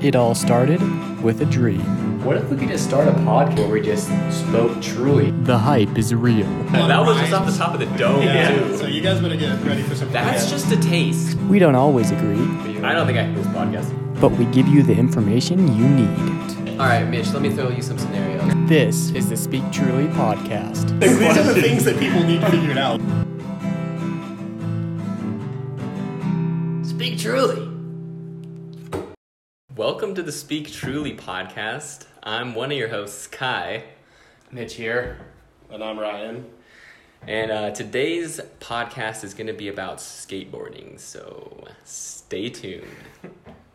It all started with a dream. What if we could just start a podcast where we just spoke truly? The hype is real. That was just off the top of the dome, Yeah. too. So you guys better get ready for some. That's just a taste. We don't always agree, I don't think I can do this podcast. but we give you the information you need. All right, Mitch, let me throw you some scenarios. This is the Speak Truly podcast. These are the things that people need figured out. Speak truly. Welcome to the Speak Truly podcast. I'm one of your hosts, Kai. Mitch here. And I'm Ryan. And uh, today's podcast is going to be about skateboarding, so stay tuned.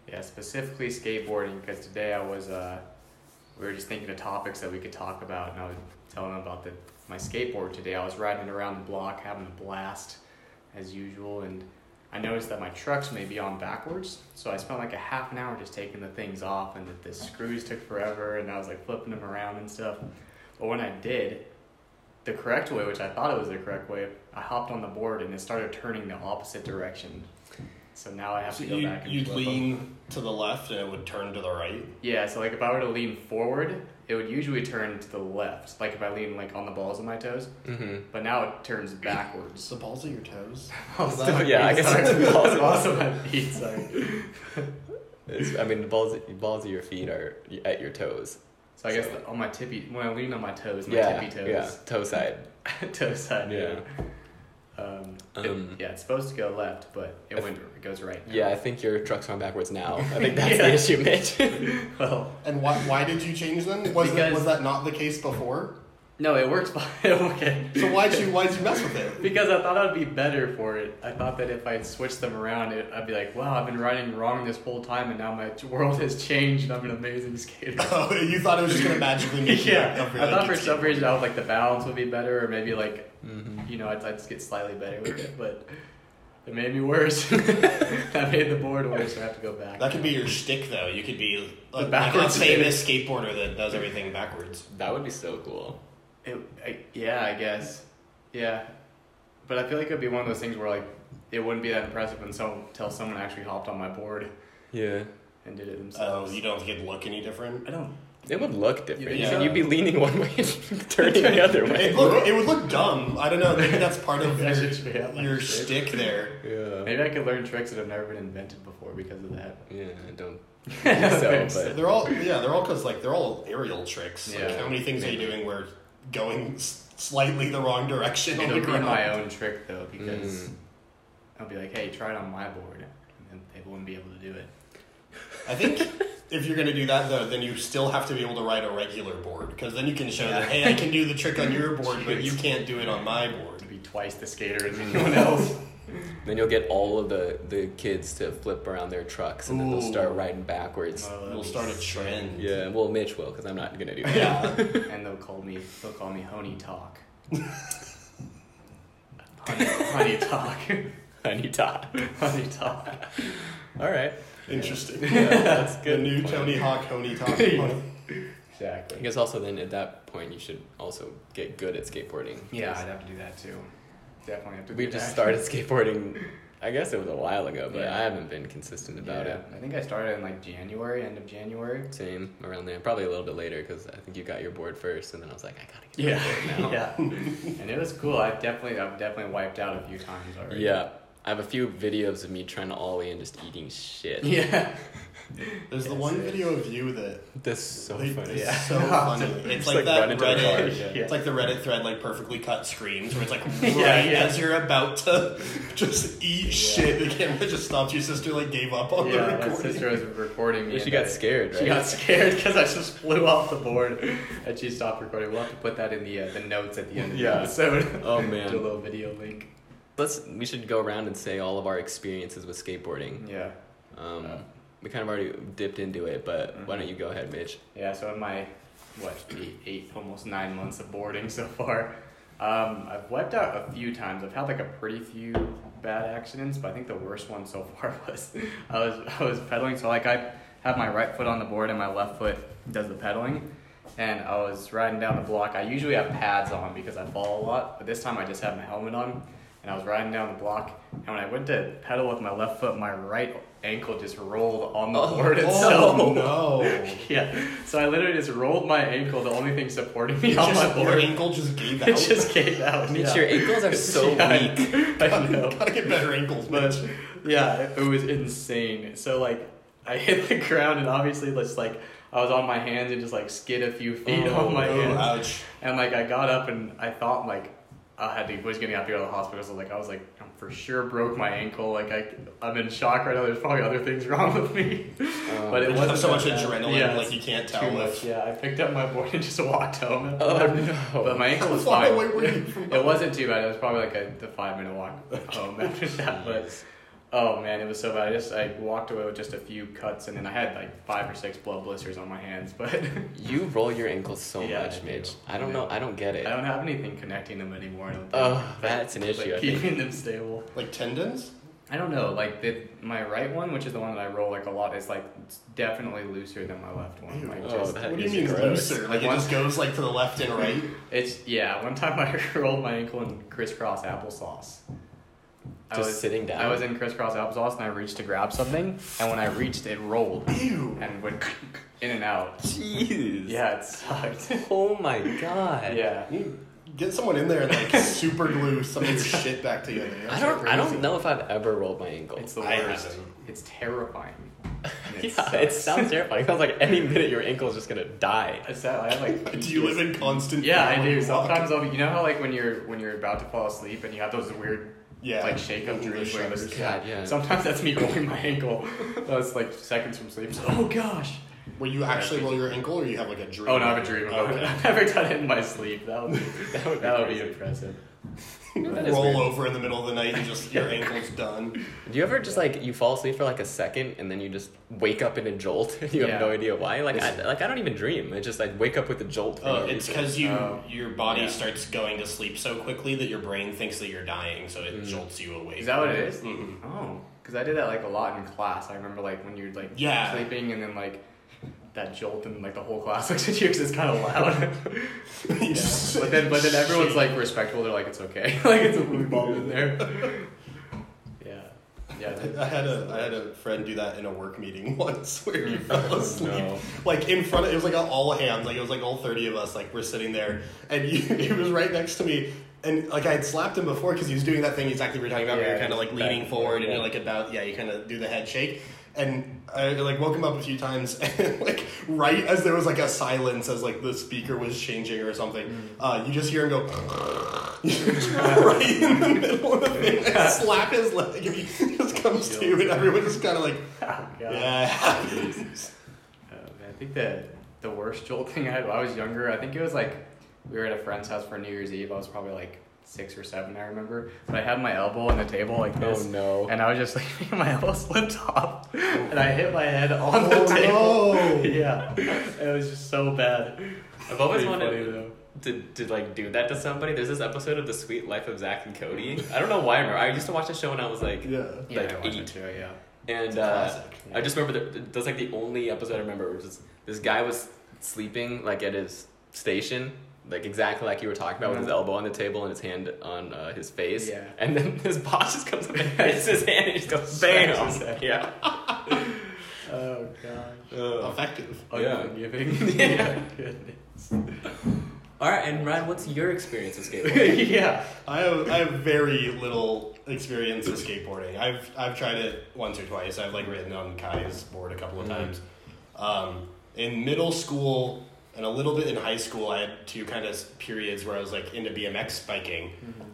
Yeah, specifically skateboarding, because today I was, uh, we were just thinking of topics that we could talk about, and I was telling them about the, my skateboard today. I was riding around the block, having a blast, as usual, and I noticed that my trucks may be on backwards, so I spent like a half an hour just taking the things off, and that the screws took forever, and I was like flipping them around and stuff. But when I did, the correct way, which I thought it was the correct way, I hopped on the board and it started turning the opposite direction. So now I have So to go you back and you'd flip 'em. lean to the left and it would turn to the right. Yeah, so like if I were to lean forward, it would usually turn to the left. Like if I lean like on the balls of my toes, Mm-hmm. but now it turns It's backwards. the balls of your toes. Also, Oh, yeah, I guess sorry, it's the balls of- balls of my feet. Sorry. It's, I mean, the balls, the balls of your feet are at your toes. So I guess the, on my tippy, when I lean on my toes, my yeah, tippy yeah, toes, toe side. toe side. Yeah. Um, it- Um, yeah, it's supposed to go left, but it went it goes right. now. Yeah, I think your truck's on backwards now. I think that's Yeah. the issue, Mitch. Well, And why, why did you change them? Was, Because- it, was that not the case before? no, it works fine. okay. So why'd you why'd you mess with it? Because I thought I'd be better for it. I thought that if I switched them around, it, I'd be like, wow, I've been riding wrong this whole time, and now my world has changed, and I'm an amazing skater. Oh, you thought it was just gonna magically make you Mm-hmm. yeah, up I thought for some reason I would like the balance would be better, or maybe like, you know, I'd, I'd just get slightly better with it, but it made me worse. I made the board worse, so I have to go back. That could be your shtick, though. You could be a, The like a backwards famous skateboarder that does everything backwards. that would be so cool. It, I, yeah, I guess. Yeah. But I feel like it would be one of those things where like, it wouldn't be that impressive until, until someone actually hopped on my board Yeah. and did it themselves. Oh, you don't think it'd look any different? I don't. It would look different. Yeah. And You'd be leaning one way and turning the other It, way. look, it would look dumb. I don't know. Maybe that's part of That's your, just- yeah, like your shtick. shtick there. Yeah. Maybe I could learn tricks that have never been invented before because of that. Yeah, I don't think so, They're all yeah. They're all because like they're all aerial tricks. Like Yeah. how many things are you doing where going s- slightly the wrong direction on It'll the be ground? my own trick though because Mm. I'll be like, "Hey, try it on my board," and then they wouldn't be able to do it. I think if you're gonna do that though, then you still have to be able to ride a regular board because then you can show that hey, I can do the trick on your board, but you can't do it on my board. It'd be twice the skater as anyone else. but then you'll get all of the, the kids to flip around their trucks and then they'll Ooh. start riding backwards. Oh, that'd We'll be start a sick. trend. yeah, well, Mitch will because I'm not gonna do that. Yeah. And they'll call me. They'll call me Honey Talk. honey, honey Talk. Honey talk. honey Talk. All right. Interesting. Yeah, that's The good. new point. Tony Hawk, Tony Talk. I Exactly. guess also then at that point you should also get good at skateboarding. Yeah, I'd have to do that too. Definitely have to. We do just that. started skateboarding. I guess it was a while ago, but Yeah. I haven't been consistent about Yeah, I think I started in like January, end of January. it. Same around there, probably a little bit later because I think you got your board first, and then I was like, I gotta get Yeah, my board now. yeah. and it was cool. I've definitely, I've definitely wiped out a few times already. Yeah. I have a few videos of me trying to ollie and just eating shit. yeah. There's the one video of you that That's so They- funny. It's Yeah. so funny. It's Just, like, run like, that into the car. Reddit. Yeah. It's like the Reddit thread, like perfectly cut screams, where it's like right Yeah, yeah. as you're about to just eat shit, the camera just stops. Your sister like gave up on the Yeah, my recording. sister was recording me. She and got I- scared, right? She got scared because I just flew off the board and she stopped recording. We'll have to put that in the uh, the notes at the end of Yeah. the episode. Oh, Do a man. little video link. Let's, we should go around and say all of our experiences with skateboarding. Yeah. Um, Yeah. we kind of already dipped into it, but Mm-hmm. why don't you go ahead, Mitch? Yeah, so in my, what, eight, eight almost nine months of boarding so far, um, I've wiped out a few times. I've had like a pretty few bad accidents, but I think the worst one so far was I was I was pedaling. So like I have my right foot on the board and my left foot does the pedaling, and I was riding down the block. I usually have pads on because I fall a lot, but this time I just had my helmet on. and I was riding down the block, and when I went to pedal with my left foot, my right ankle just rolled on the Oh, board oh, itself. no. Yeah, so I literally just rolled my ankle, the only thing supporting me on my Just, your board. ankle just gave out. It just gave out. Mitch, yeah. your ankles are so Yeah, weak. I know. Gotta get better ankles, But Mitch. yeah, it, it was insane. So like, I hit the ground and obviously just like I was on my hands and just like skid a few feet on my oh, hands. ouch. And like I got up and I thought like I had to was gonna have to go to the hospital. So like I was like I'm for sure broke my ankle. Like I I'm in shock right now. There's probably other things wrong with me. but it You have wasn't Oh. so much that bad. adrenaline, Yeah, like you can't too tell much. if. Yeah, I picked up my board and just walked home. Oh no. But my ankle was Why fine. were you from- it wasn't too bad. It was probably like a the five minute walk home after that. But oh man, it was so bad. I just I walked away with just a few cuts and then I had like five or six blood blisters on my hands. But I You roll your ankles so Yeah, I much, do. Mitch. I don't know. I don't get it. don't have anything connecting them anymore. I don't think. Oh, that's an Like, issue. I think. keeping them stable. Like tendons? I don't know. Like the my right one, which is the one that I roll like a lot, is like it's definitely looser than my left one. Like, Oh, just- that What do you is mean gross. looser? Like it One- just goes like to the left and right. It's yeah. One time I rolled my ankle in crisscross applesauce. I Just was, sitting down? I was in crisscross applesauce and I reached to grab something, and when I reached, it rolled Ew. and went in and out. Jeez. Yeah, it sucked. Oh my god. yeah. You Get someone in there and like super glue some of your shit back together. I That's don't. I crazy. don't know if I've ever rolled my ankle. It's the I worst. haven't. It's terrifying. yeah, it sounds terrifying. It sounds like any minute your ankle's just gonna die. I said I have like. Do you live in constant? Yeah, fear I when do. you walk? Sometimes I'll be. You know how like when you're when you're about to fall asleep and you have those weird Yeah. like shake up Ooh, the dreams where you shudders. just God, yeah. Sometimes that's me rolling my ankle. That's like seconds from sleep. So, oh gosh. Will you actually roll your ankle, or you have like a dream? Oh, no, I have a dream about it. Okay. I've never done it in my sleep. That would be, that would be, That would be impressive. That is Roll weird. over in the middle of the night and just your ankle's done. Do you ever just like you fall asleep for like a second and then you just wake up in a jolt and you Yeah. have no idea why? Like I It's- like I don't even dream. I just like wake up with a jolt. For Oh, no it's reason. because you Oh. your body Yeah. starts going to sleep so quickly that your brain thinks that you're dying, so it jolts you awake. Mm. Is that what it is? Mhm. Oh, because I did that like a lot in class. I remember like when you're like Yeah. sleeping and then like that jolt and like the whole class looks at you because it's kind of loud. Yeah. But then but then everyone's like respectful. They're like it's okay. like it's a blue ball in there. Yeah. Yeah. I had a I had a friend do that in a work meeting once where he Mm. fell asleep no. like in front of it was like all hands like it was like all 30 of us like we're sitting there and you, he was right next to me and like I had slapped him before because he was doing that thing exactly we were talking about where Yeah, you're kind of like back leaning and forth, forward and yeah. you're like about yeah you kind of do the head shake and I like woke him up a few times and like right as there was like a silence as like the speaker was changing or something uh, you just hear him go right in the middle of the thing and slap his leg and he just comes to and everyone just kind of like Oh, God. yeah Uh, I think the the worst jolt thing I had when I was younger, I think it was like we were at a friend's house for New Year's Eve. I was probably like six or seven, I remember. But I had my elbow on the table like this. Oh no. And I was just like, my elbow slipped off. And I hit my head on the oh table. no Yeah. It was just so bad. I've always Pretty wanted funny, though. to, to like do that to somebody. There's this episode of The Sweet Life of Zach and Cody. I don't know why I remember. I used to watch the show when I was like Yeah. Yeah, Like I watched it eight. too, yeah. And a uh, classic, I just remember that that's like the only episode I remember was just this guy was sleeping like at his station, like exactly like you were talking about, with his elbow on the table and his hand on uh, his face. Yeah. And then his boss just comes up and hits his hand and just goes bam. Smashes it. Yeah. Oh, God. effective. Yeah. Unforgiving. Yeah. Oh, goodness. All right, and Ryan, what's your experience with skateboarding? yeah. I have I have very little experience with skateboarding. I've I've tried it once or twice. I've like ridden on Kai's board a couple of times. Um, in middle school and a little bit in high school, I had two kind of periods where I was like into BMX biking,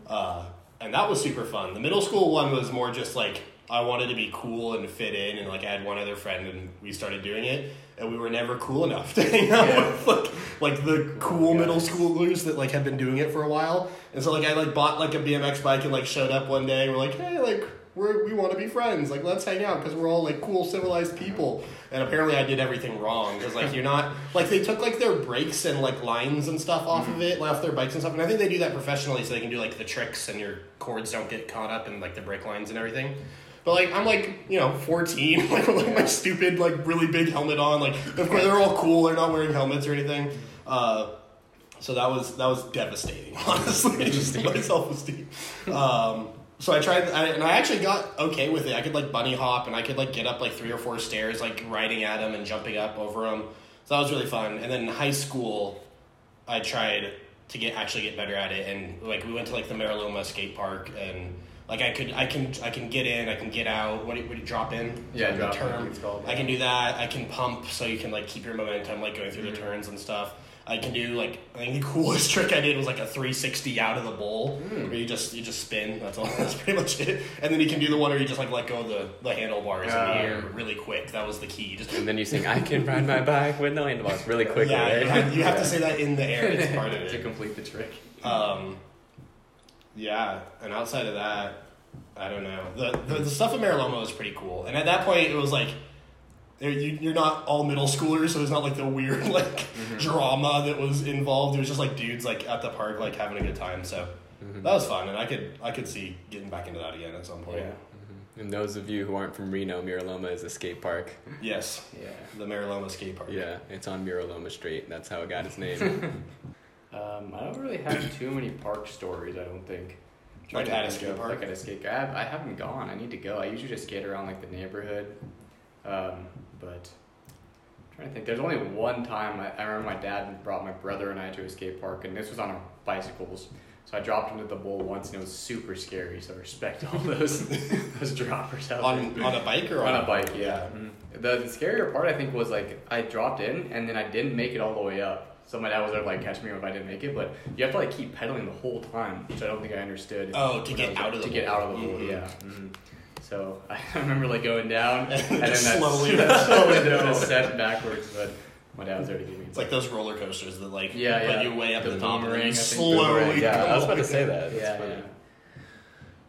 uh, and that was super fun. The middle school one was more just like I wanted to be cool and fit in, and like I had one other friend, and we started doing it, and we were never cool enough to hang out Yeah. with like like the cool guys. middle schoolers that like had been doing it for a while. And so like I like bought like a BMX bike and like showed up one day and we're like, hey, like we're, we want to be friends. Like let's hang out because we're all like cool civilized people. And apparently I did everything wrong because like you're not like they took like their brakes and like lines and stuff off of it, off their bikes and stuff. And I think they do that professionally so they can do like the tricks and your cords don't get caught up in like the brake lines and everything. But like I'm like you know 14, like with like, my stupid like really big helmet on. Like of course they're all cool. They're not wearing helmets or anything. Uh, so that was that was devastating. Honestly, just my self esteem. Um, So I tried, I, and I actually got okay with it. I could like bunny hop, and I could like get up like three or four stairs, like riding at them and jumping up over them. So that was really fun. And then in high school, I tried to get actually get better at it, and like we went to like the Mariloma skate park, and like I could I can I can get in, I can get out. What do you- what do you drop in? Yeah, the drop in, I term. think it's called. I can do that. I can pump, so you can like keep your momentum, like going through the turns and stuff. I can do like I think the coolest trick I did was like a three sixty out of the bowl, where you just you just spin. That's all. That's pretty much it. And then you can do the one where you just like let go of the the handlebars in the Yeah. air really quick. That was the key. You Just And then you sing, I can ride my bike with no handlebars really quickly. yeah, right? you have, you have to say that in the air. It's part of to it. complete the trick. Um, yeah, and outside of that, I don't know. The, the the stuff at Mariloma was pretty cool, and at that point, it was like. there- You, you're not all middle schoolers, so it's not like the weird like Mm-hmm. drama that was involved. It was just like dudes like at the park like having a good time. So Mm-hmm. that was fun, and I could I could see getting back into that again at some point. Yeah. And those of you who aren't from Reno, Miraloma is a skate park. Yes, Yeah. the Mariloma skate park. Yeah, it's on Miraloma Street. That's how it got its name. Um, I don't really have too many park stories. I don't think. Like at Trying a to think skate of, park? Like at a skate. I, have, I haven't gone. I need to go. I usually just skate around like the neighborhood. Um, but I'm trying to think, there's only one time I, I remember my dad brought my brother and I to a skate park, and this was on our bicycles. So I dropped into the bowl once, and it was super scary. So respect all those those droppers out On there on a bike or on, on a bike, yeah. Mm-hmm. The, the scarier part, I think, was like I dropped in and then I didn't make it all the way up. So my dad was there to like catch me if I didn't make it, but you have to like keep pedaling the whole time, which I don't think I understood. Oh, to when I get was- out of the to get hole. out of the hole, Mhm. yeah. Mhm. So I remember like going down and then that Just slowly that going slowly down. set backwards, but my dad was there to give me. It's like those roller coasters that like Yeah, put yeah. you way up The the, the top and boomerang, I then think, slowly. boomerang, yeah, I was about to go. say that. That's yeah, funny. yeah.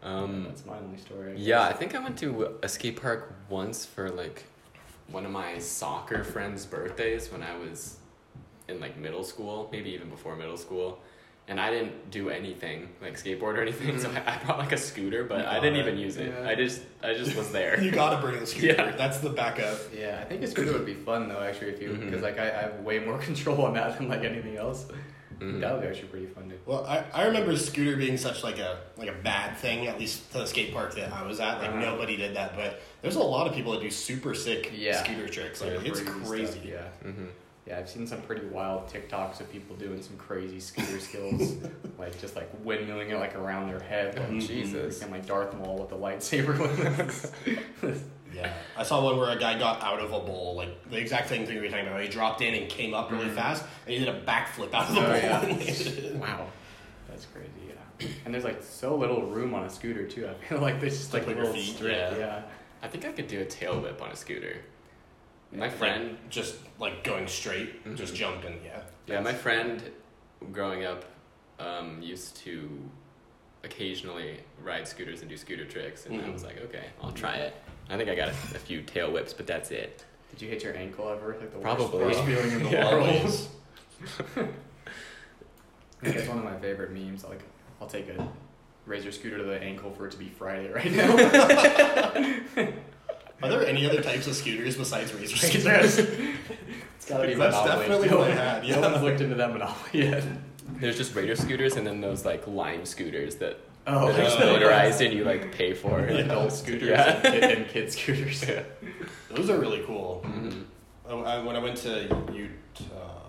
Um, That's my only story. I yeah, I guess. think I went to a skate park once for like one of my soccer friends' birthdays when I was in like middle school, maybe even before middle school. And I didn't do anything like skateboard or anything, so I, I brought like a scooter, but You I didn't Mm-hmm. got it. even use it. Yeah. I just I just was there. You gotta bring the scooter. Yeah. That's the backup. Yeah, I think a scooter would be fun though, actually, if you because Mm-hmm. Mhm. like I, I have way more control on that than like anything else. Mhm. Mm-hmm. That would be actually pretty fun to. Well, I, I remember scooter being such like a like a bad thing, at least to the skate park that I was at. Like Uh-huh. nobody did that, but there's a lot of people that do super sick Yeah. scooter tricks. Like Yeah, it's stuff, crazy. yeah, Mm-hmm. Mhm. yeah. I've seen some pretty wild TikToks of people doing some crazy scooter skills, like just like windmilling it like around their head. Like, Mhm. Mm-hmm. Jesus, and like Darth Maul with the lightsaber. Yeah. I saw one where a guy got out of a bowl, like the exact same thing we were talking about. He dropped in and came up really fast, and he did a backflip out of the Mm. bowl. Oh, yeah. and landed. wow, that's crazy. Yeah, and there's like so little room on a scooter too. I feel like there's just To like a put your little feet, strip. yeah. yeah. I think I could do a tail whip on a scooter. My friend, Like, just like going straight, Mm-hmm. just Mhm. jumping. Yeah. yeah, my friend, growing up, um, used to occasionally ride scooters and do scooter tricks, and I Mm-hmm. Mhm. was like, okay, I'll try it. I think I got a, a few tail whips, but that's it. Did you hit your ankle ever? Like the Probably. Worst, worst feeling in the Yeah. world. Always. Like, It's one of my favorite memes. Like, I'll take a razor scooter to the ankle for it to be Friday right now. Are there any other types of scooters besides razor scooters? it's gotta be That's Monopoly. definitely no, what I had, yeah. No one's looked into that Monopoly yet. There's just radar scooters, and then those like lime scooters that Oh, that are just yeah. motorized and you like pay for. Yeah. adult scooters Yeah. and, kid, and kid scooters. Yeah. Those are really cool. Mhm. Oh, I, when I went to Utah,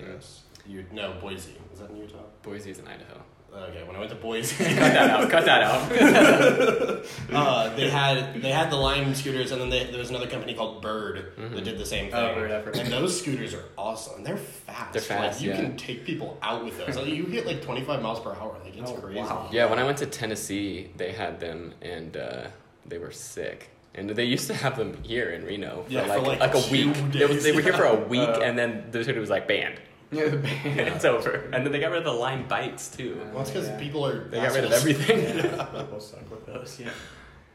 yes, you no Boise. Is that in Utah? Boise's in Idaho. Okay, when I went to Boise, Cut that out. Cut that out. uh, they had they had the Lime scooters, and then they, there was another company called Bird Mm-hmm. that did the same thing. Oh, Bird, I've heard of and it. those scooters are awesome. They're fast. They're fast, Like, you yeah. can take people out with those. Like, you hit like twenty five miles per hour. Like it's Oh, crazy. wow. Yeah, when I went to Tennessee, they had them and uh, they were sick. And they used to have them here in Reno for, Yeah, for like, like like, two a week. It was, days. they were here for a week Uh, and then the scooter was like banned. the band. it's over. And then they got rid of the lime bites too. Well, it's because Yeah. people are. They got rid of assholes. everything. People suck with those. Yeah.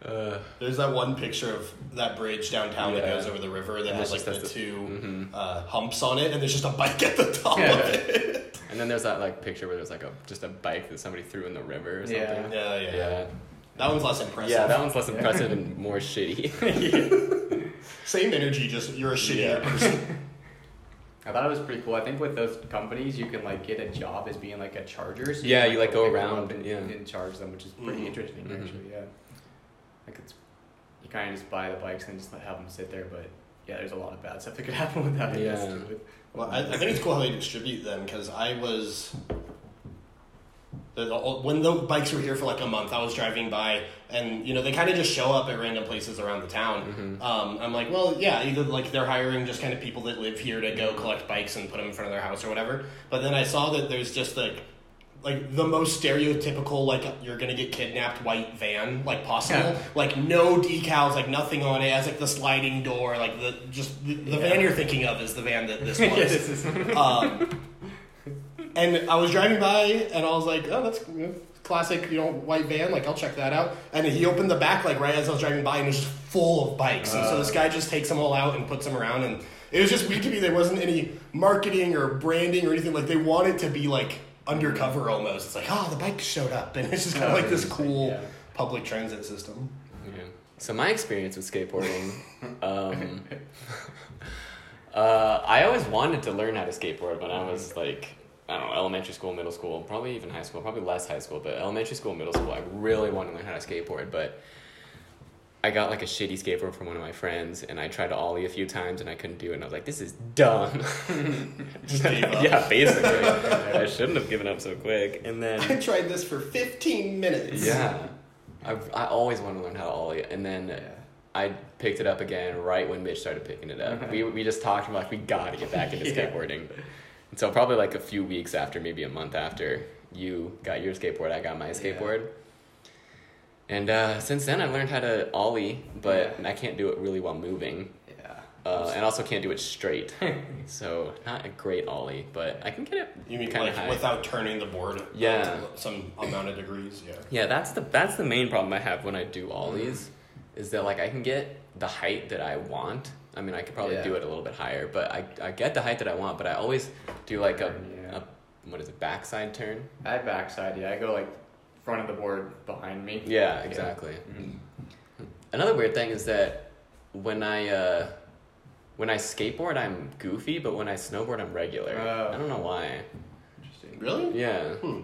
Uh, There's that one picture of that bridge downtown that Yeah. goes over the river that And has like it's the just- two mhm. uh, humps on it, and there's just a bike at the top Yeah. of it. And then there's that like picture where there's like a just a bike that somebody threw in the river or something. Yeah. Yeah, yeah, yeah. Yeah. That one's less impressive. Yeah, that one's less impressive and more shitty. Same energy, just you're a shittier Yeah. person. I thought it was pretty cool. I think with those companies, you can like get a job as being like a charger. So Yeah, can, you, like, go pick them around up and, and- yeah. and charge them, which is pretty Mhm. interesting Mhm. actually. Yeah, like it's you kind of just buy the bikes and just let- have them sit there. But yeah, there's a lot of bad stuff that could happen with that. I guess, Yeah. too. But- Well, I, I think it's cool how they distribute them because I was. The, the, old- when the bikes were here for like a month, I was driving by, and you know they kind of just show up at random places around the town. Mm-hmm. Um, I'm like, well, yeah, either like they're hiring just kind of people that live here to go collect bikes and put them in front of their house or whatever. But then I saw that there's just like, like the most stereotypical like you're gonna get kidnapped white van like possible, Yeah. like no decals, like nothing on it. It Has like the sliding door, like the just the, the Yeah. van you're thinking of is the van that this Yeah, was. this is- Um, and I was driving by, and I was like, "Oh, that's you know, classic, you know, white van. Like, I'll check that out." And he opened the back like right as I was driving by, and it was just full of bikes. and so Ah. this guy just takes them all out and puts them around, and it was just weird to me. There wasn't any marketing or branding or anything. Like they wanted to be like undercover almost. It's like, oh, the bike showed up, and it's just kind Oh, of like this interesting, cool yeah. public transit system. Yeah. So my experience with skateboarding, um, uh, I always wanted to learn how to skateboard when I was like, I don't know, elementary school, middle school, probably even high school, probably less high school, but elementary school, middle school, I really wanted to learn how to skateboard, but I got like a shitty skateboard from one of my friends, and I tried to ollie a few times, and I couldn't do it, and I was like, "This is dumb." Just gave up. yeah, basically, I shouldn't have given up so quick. And then I tried this for 15 minutes. yeah. I, I always wanted to learn how to ollie, and then I picked it up again right when Mitch started picking it up. we, we just talked about like we gotta get back into Yeah. skateboarding, and so probably like a few weeks after, maybe a month after, you got your skateboard, I got my skateboard, and uh, since then I've learned how to ollie, but I can't do it really while moving, yeah. uh, and also can't do it straight. so not a great ollie, but I can get it. You mean kinda like high. without turning the board? Yeah. to Some amount of degrees. Yeah. Yeah, that's the that's the main problem I have when I do Mm-hmm. ollies, is that like I can get the height that I want. I mean, I could probably Yeah. do it a little bit higher, but I I get the height that I want. But I always do like a, Yeah. a what is it backside turn? I backside. Yeah, I go like front of the board behind me. Yeah, exactly. Mm-hmm. Hmm. Another weird thing is that when I uh, when I skateboard, I'm goofy, but when I snowboard, I'm regular. Oh. I don't know why. Interesting. Really? Yeah, Hmm.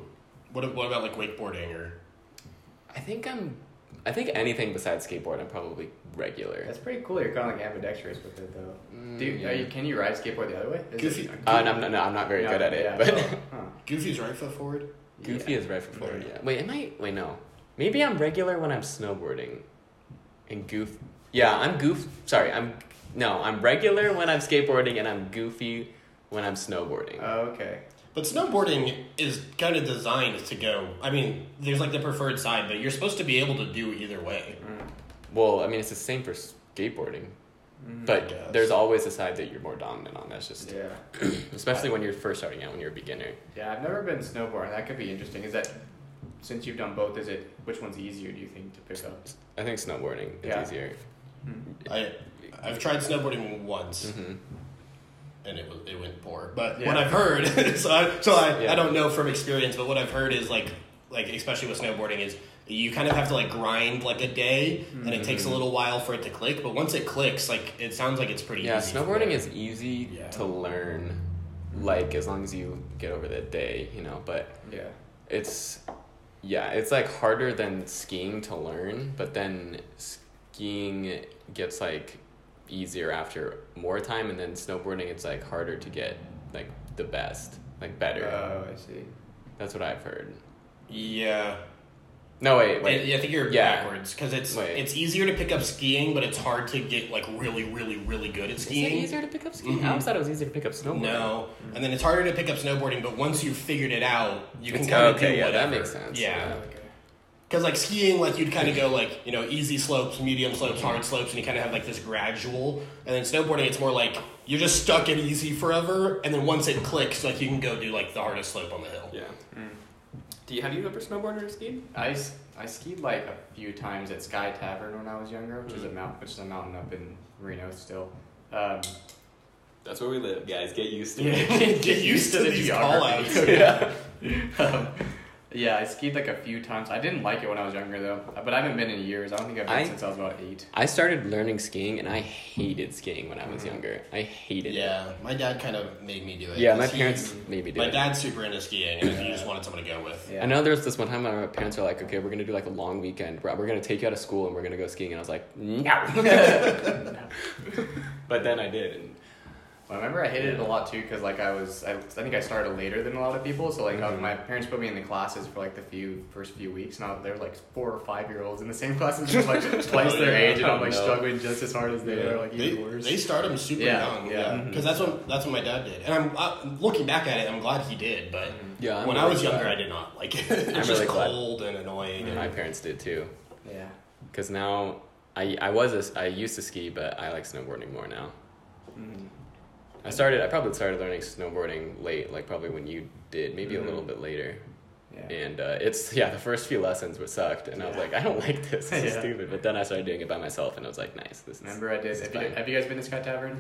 What, what about like wakeboarding or? I think I'm. I think anything besides skateboard, I'm probably regular. That's pretty cool. You're kind of like ambidextrous with it though. Mm, Do you, yeah. are you, can you ride skateboard the other way? Is Goofy- it- Uh, no, I'm not, no, I'm not very No, good at it, yeah, but. oh, huh. Goofy's right foot forward. Goofy Yeah. is right foot forward. Right. Yeah. Wait, am I? Wait, no. Maybe I'm regular when I'm snowboarding, and goof. Yeah, I'm goof. Sorry, I'm. No, I'm regular when I'm skateboarding, and I'm goofy when I'm snowboarding. Uh. Oh, okay. But snowboarding is kind of designed to go. I mean, there's like the preferred side, but you're supposed to be able to do either way. well, I mean, it's the same for skateboarding, Mm, I but guess. there's always a side that you're more dominant on. That's just, Yeah. especially when you're first starting out, when you're a beginner. Yeah, I've never been snowboarding. That could be interesting. Is that since you've done both, is it which one's easier? Do you think to pick up? I think snowboarding is Yeah. easier. Mm-hmm. I I've tried snowboarding once, Mhm. and it was it went poor. But Yeah. what I've heard, so I, so I, Yeah. I don't know from experience, but what I've heard is like like especially with snowboarding is you kind of have to like grind like a day, and it Mm-hmm. takes a little while for it to click. But once it clicks, like it sounds like it's pretty. Yeah, easy snowboarding is easy Yeah. to learn, like as long as you get over that day, you know. But Yeah. it's yeah it's like harder than skiing to learn but then skiing gets like easier after more time and then snowboarding it's like harder to get like the best like better Uh, Oh, I see. that's what i've heard Yeah. no wait Wait, wait yeah, I think you're Yeah. backwards because it's Wait. it's easier to pick up skiing, but it's hard to get like really, really, really good at is it skiing. easier to pick up skiing i Mhm. always thought it was easier to pick up snowboarding No, and then it's harder to pick up snowboarding. But once you've figured it out, you can It's- kind of okay, do yeah, that whatever. makes sense, Yeah, yeah. Okay. because like skiing, like you'd kind of go like you know easy slopes, medium slopes, hard slopes, and you kind of have like this gradual. And then snowboarding, it's more like you're just stuck at easy forever, and then once it clicks, like you can go do like the hardest slope on the hill. yeah Mm. do you have you ever snowboarded or skied I, s- I skied like a few times at Sky Tavern when I was younger, which is Mm. a mount, which is a mountain up in Reno still. Um, that's where we live guys get used yeah, Get used to these geography. call-outs. yeah. Um, Yeah, I skied like a few times. I didn't like it when I was younger though, but I haven't been in years. I don't think I've been I- since I was about eight. I started learning skiing and I hated skiing when I was younger. I hated it. Yeah, my dad kind of made me do it. Yeah, 'cause my he- parents made me do My it. dad's super into skiing, and he just wanted someone to go with. Yeah. I know there was this one time when my parents were like, okay, we're going to do like a long weekend. We're, we're going to take you out of school and we're going to go skiing. And I was like, no. but then I did. And Well, I remember I hated it a lot too because like I was I, I think I started later than a lot of people so like I- Mm-hmm. my parents put me in the classes for like the few first few weeks and I, they're like four or five year olds in the same classes just like twice their yeah. age and I'm like No. struggling just as hard as they are like They, even worse. they start them super Yeah, young, yeah. Mm-hmm. yeah, because that's what that's what my dad did, and I'm I, looking back at it, I'm glad he did. But Mm-hmm. yeah, I'm when I was really younger, I glad. did not like it. It was I'm just really glad. Mm-hmm. cold and annoying. And And my parents did too. yeah. Because now I, I was, a s I used to ski, but I like snowboarding more now. Mm-hmm. I started, I probably started learning snowboarding late, like probably when you did, maybe a little bit later. Yeah. And uh, it's yeah, the first few lessons were sucked, and I was Yeah. like, I don't like this. This is Yeah. stupid. But then I started doing it by myself, and I was like, nice. This is. Remember I did. It's Have you, fine. have you guys been to Sky Tavern?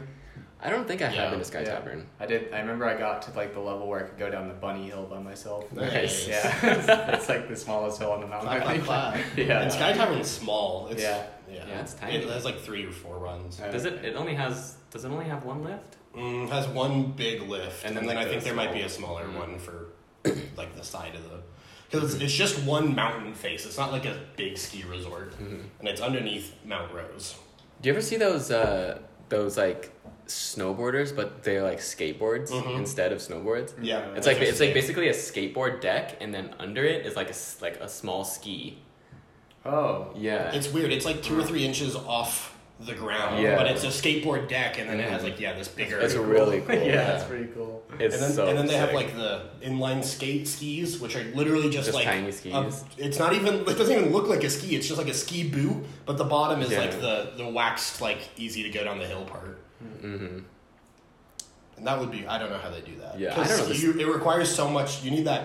I don't think I Yeah. have been to Sky Yeah. Tavern. I did. I remember I got to like the level where I could go down the bunny hill by myself. Nice. Yeah, it's, it's, like the smallest hill on the mountain. Clap, clap, I think. clap. Yeah. And Sky Tavern's small. It's, Yeah. yeah, Yeah, it's tiny. It has like three or four runs. Uh, Does it? It only has. Does it only have one lift? Mm, has one big lift, and And then, then, like, I think the Mm-hmm. there might be a smaller one for like the side of the because it's, it's just one mountain face. It's not like a big ski resort, and it's underneath Mount Rose. Mm-hmm. Do you ever see those? Uh, those like snowboarders, but they're like skateboards Mhm. instead of snowboards. Yeah, It's like it's like basically basically a skateboard deck, and then under it is like a s- like a small ski. Oh. Yeah. it's weird. It's like two or three inches off the ground, Yeah. but it's a skateboard deck, and then it has like yeah this bigger. it's really cool. Yeah, that's pretty cool. It's and then, so and then they have sick. like the inline skate skis, which are literally just, Just like tiny a- skis. it's not even. It doesn't even look like a ski. It's just like a ski boot, but the bottom is Yeah. like the the waxed, like easy to go down the hill part. Mhm. And that would be. I don't know how they do that. Yeah, I 'Cause don't know this- You, it requires so much. You need that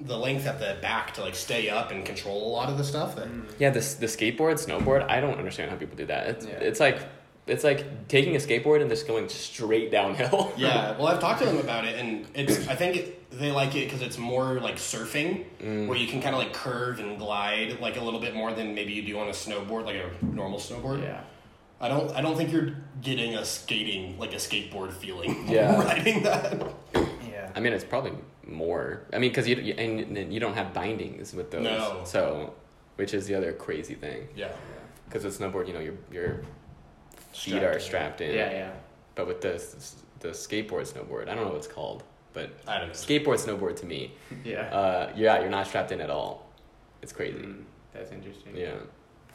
the length at the back to like stay up and control a lot of the stuff. That Yeah, this the skateboard, snowboard. I don't understand how people do that. It's Yeah. it's like it's like taking a skateboard and just going straight downhill. Yeah, well, I've talked to them about it, and it's. I think it, they like it because it's more like surfing, Mm. where you can kind of like curve and glide like a little bit more than maybe you do on a snowboard, like a normal snowboard. Yeah. I don't. I don't think you're getting a skating like a skateboard feeling. Yeah. riding that. Yeah. I mean, it's probably more. I mean, because you you- and, and you don't have bindings with those. No. So, which is the other crazy thing. Yeah. Because with snowboard, you know, your your feet are strapped in. Yeah, yeah. But with the s- the skateboard, snowboard, I don't know what it's called, but I don't know. skateboard, snowboard to me, Yeah. uh, yeah, you're not strapped in at all. It's crazy. Mm, that's interesting. Yeah.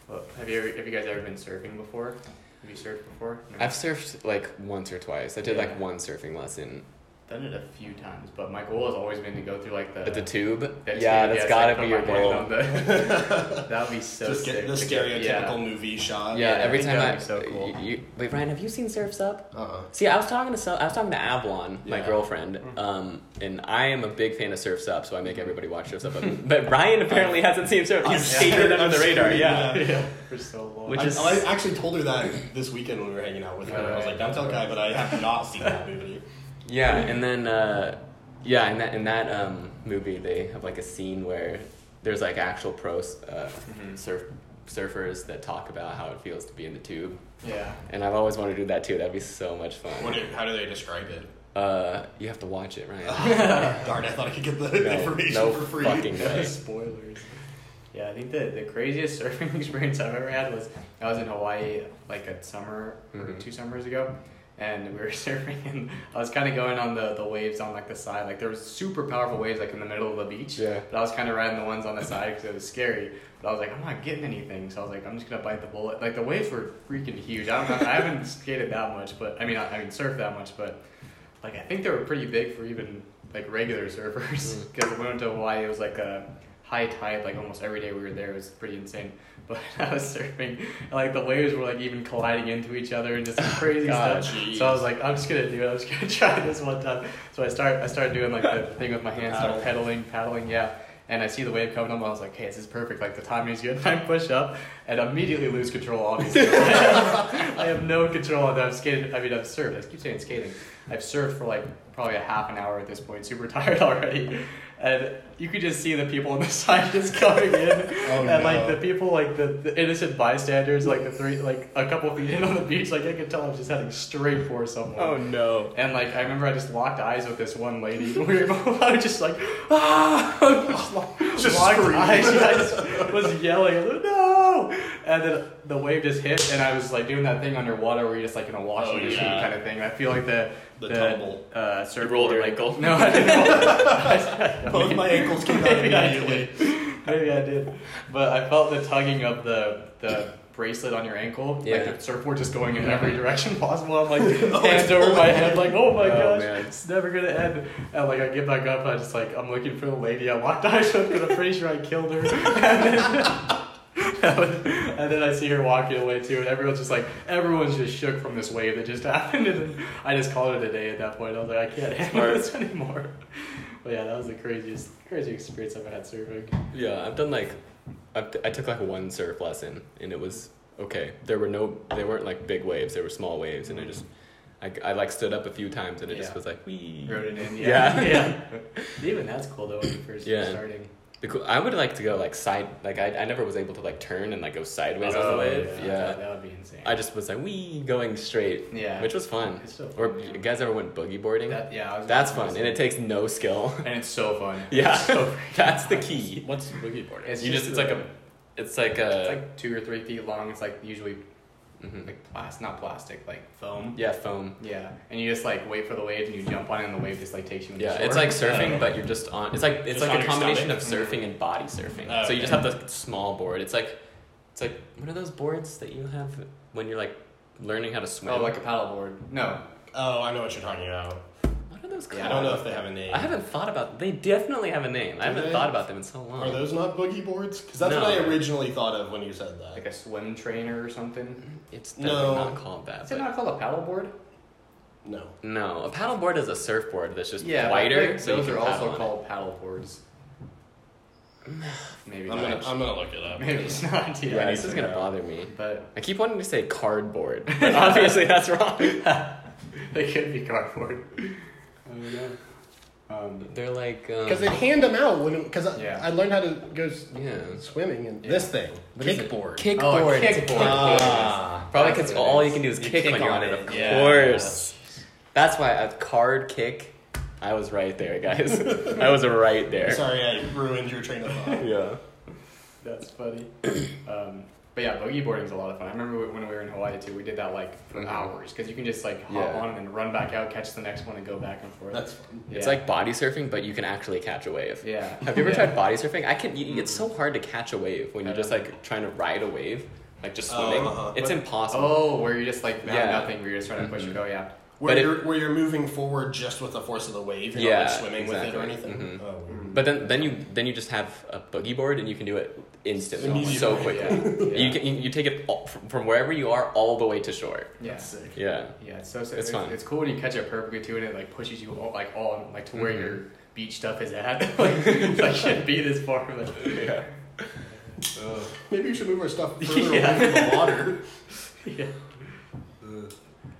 Well, have you ever, have you guys ever been surfing before? Have you surfed before? No. I've surfed like once or twice. I did Yeah. like one surfing lesson done it a few times, but my goal has always been to go through like the. At the tube? that yeah, tube, that's yes, gotta like, be put your my hand on goal. the- that would be so Just sick. get the to get- stereotypical yeah. movie shot. Yeah, Yeah, I every think time that I would be so cool. you, you- wait, Ryan, have you seen Surfs Up? Uh-uh. See, I was talking to Sel- I was talking to Avalon, my Yeah. girlfriend, um, and I am a big fan of Surfs Up, so I make everybody watch Surfs Up. But, but Ryan apparently hasn't seen Surfs. He's I'm skated screwed- under I'm the radar. screwed, Yeah. yeah, for so long. Which I, is- I actually told her that this weekend when we were hanging out with her. I was like, "Don't tell Kai," but I have not seen that movie. Yeah, and then uh, yeah, in that in that um, movie, they have like a scene where there's like actual pro s- uh, surf surfers that talk about how it feels to be in the tube, yeah. and I've always wanted to do that too. That'd be so much What? fun. do- How do they describe it? Uh, you have to watch it, Ryan. Darn, I thought I could get the No, information no for free. fucking way. Spoilers. Yeah, I think the, the craziest surfing experience I've ever had was I was in Hawaii like a summer or Mhm. two summers ago, and we were surfing and I was kind of going on the, the waves on like the side. Like there was super powerful waves like in the middle of the beach. Yeah. But I was kind of riding the ones on the side because it was scary. But I was like, I'm not getting anything, so I was like, I'm just gonna bite the bullet. Like the waves were freaking huge. I don't know. I haven't skated that much, but I mean, I, I mean, surfed that much, but like I think they were pretty big for even like regular surfers Mm. because when we went to Hawaii it was like a high tide like almost every day we were there it was pretty insane but I was surfing and, like the waves were like even colliding into each other and just some crazy God, stuff jeez. so I was like I'm just gonna do it I'm just gonna try this one time so I start I started doing like the thing with my hands Paddle. start pedaling paddling yeah and I see the wave coming up, and I was like, "Hey, this is perfect! Like the timing is good." And I push up, and immediately lose control. Obviously, I have no control on that. I've skated. I mean, I've surfed. I keep saying skating. I've surfed for like probably a half an hour at this point, super tired already. And you could just see the people on the side just coming in. and like no. the people like the, the innocent bystanders, like the three like a couple feet in on the beach, like I could tell I'm just heading straight for someone. Oh, Oh, no. And like I remember I just locked eyes with this one lady. We were both I was just like ah just, like, Just locked screaming. eyes. Yeah, I just was yelling, I was like, no and then the wave just hit and I was like doing that thing underwater where you're just like in a washing Oh, machine yeah. kind of thing. I feel like the The tumble. uh surfboard, rolled your like- ankle. No, I didn't Both my ankles came out Maybe I immediately. Maybe I did, but I felt the tugging of the the bracelet on your ankle, Yeah. like the surfboard just going in every direction possible. I'm like it's hands over my pulling. head, like oh my Oh, gosh, man. it's never gonna end. And like I get back up, I just like I'm looking for the lady I locked eyes with because I'm pretty sure I killed her. And then, and then I see her walking away too, and everyone's just like everyone's just shook from this wave that just happened. And then I just called it a day at that point. I was like, I can't handle Smart. this anymore. But yeah, that was the craziest, craziest experience I've had surfing. Yeah, I've done like, I've t- I took like one surf lesson and it was okay. There were no, they weren't like big waves. They were small waves, and I just, I, I like stood up a few times and it Yeah. just was like wee. Wrote it in, Yeah. yeah. Yeah. Even that's cool though when you first Yeah. starting. The cool- I would like to go like side, like I, I never was able to like turn and like go sideways on the Oh, wave. Yeah. That, that would be insane. I just was like wee going straight, yeah. which was fun. It's so Or fun, yeah. you guys ever went boogie boarding? that, yeah, I was That's gonna fun, say. and it takes no skill. and it's so fun. yeah, It's so fun. that's the key. What's boogie boarding? It's you just, it's like a, it's like uh, a, it's like two or three feet long. It's like usually mhm. like plastic, not plastic, like foam. yeah, foam. Yeah, and you just like wait for the wave and you jump on it and the wave just like takes you. into Yeah, shore. it's like surfing, Yeah. but you're just on. It's like it's Just on like a your combination of stomach. surfing and body surfing. Oh, So you just have okay. the small board. It's like, it's like what are those boards that you have when you're like learning how to swim? oh, like a paddleboard. No, Oh, I know what you're talking about. what are those called? Yeah. I don't know if they have a name. I haven't thought about. They definitely have a name. I haven't they? thought about them in so long. Are those not boogie boards? Because that's No. what I originally thought of when you said that. like a swim trainer or something. It's No. definitely not called that. Is it But not called a paddleboard? No. no, a paddleboard is a surfboard that's just Yeah, but wider. like, so you those can are paddle also on it. called paddleboards. Maybe I'm not. gonna, I'm gonna look it up. Maybe it's not. Yeah, Yeah, this is gonna bother me. But I keep wanting to say cardboard, but obviously that's wrong. they could be cardboard. I don't know. Um, They're like um, Because they'd hand them out when because I, Yeah. I learned how to go s- yeah. swimming and Yeah. this thing What is it? kickboard. Kickboard. Oh, a It's a kickboard. kickboard. Ah. Probably That's because what it all is. you can do is You kick, kick when you're on on it, it, of yeah. course. That's why a card kick. I was right there, guys. I was right there. Sorry, I ruined your train of thought. Yeah. that's funny. Um, but yeah, boogie boarding's a lot of fun. I remember when we were in Hawaii too. We did that like for Mhm. hours because you can just like hop Yeah. on and then run back out, catch the next one, and go back and forth. That's fun. Yeah. It's like body surfing, but you can actually catch a wave. yeah. Have you ever Yeah. tried body surfing? I can. You, it's so hard to catch a wave when you're I just know. like trying to ride a wave, like just Oh, swimming. uh-huh. It's But- impossible. Oh, where you just like have Yeah. Mm-hmm. nothing, where you're just trying to push it. Oh yeah. Where But it- you're where you're moving forward just with the force of the wave. You're not Yeah, like swimming with it or exactly. anything. Mhm. Oh, weird. But then, then you then you just have a boogie board and you can do it instantly, Immediately. so quickly. Yeah. You, can, you you take it all, from, from wherever you are all the way to shore. Yeah. That's sick. Yeah. Yeah, it's so it's, It's it's, fun. it's cool when you catch it perfectly too, and it like pushes you all, like all like to where Mhm. your beach stuff is at. like, it's like shouldn't be this far, but Yeah. Maybe you should move our stuff further Yeah. away from the water. yeah,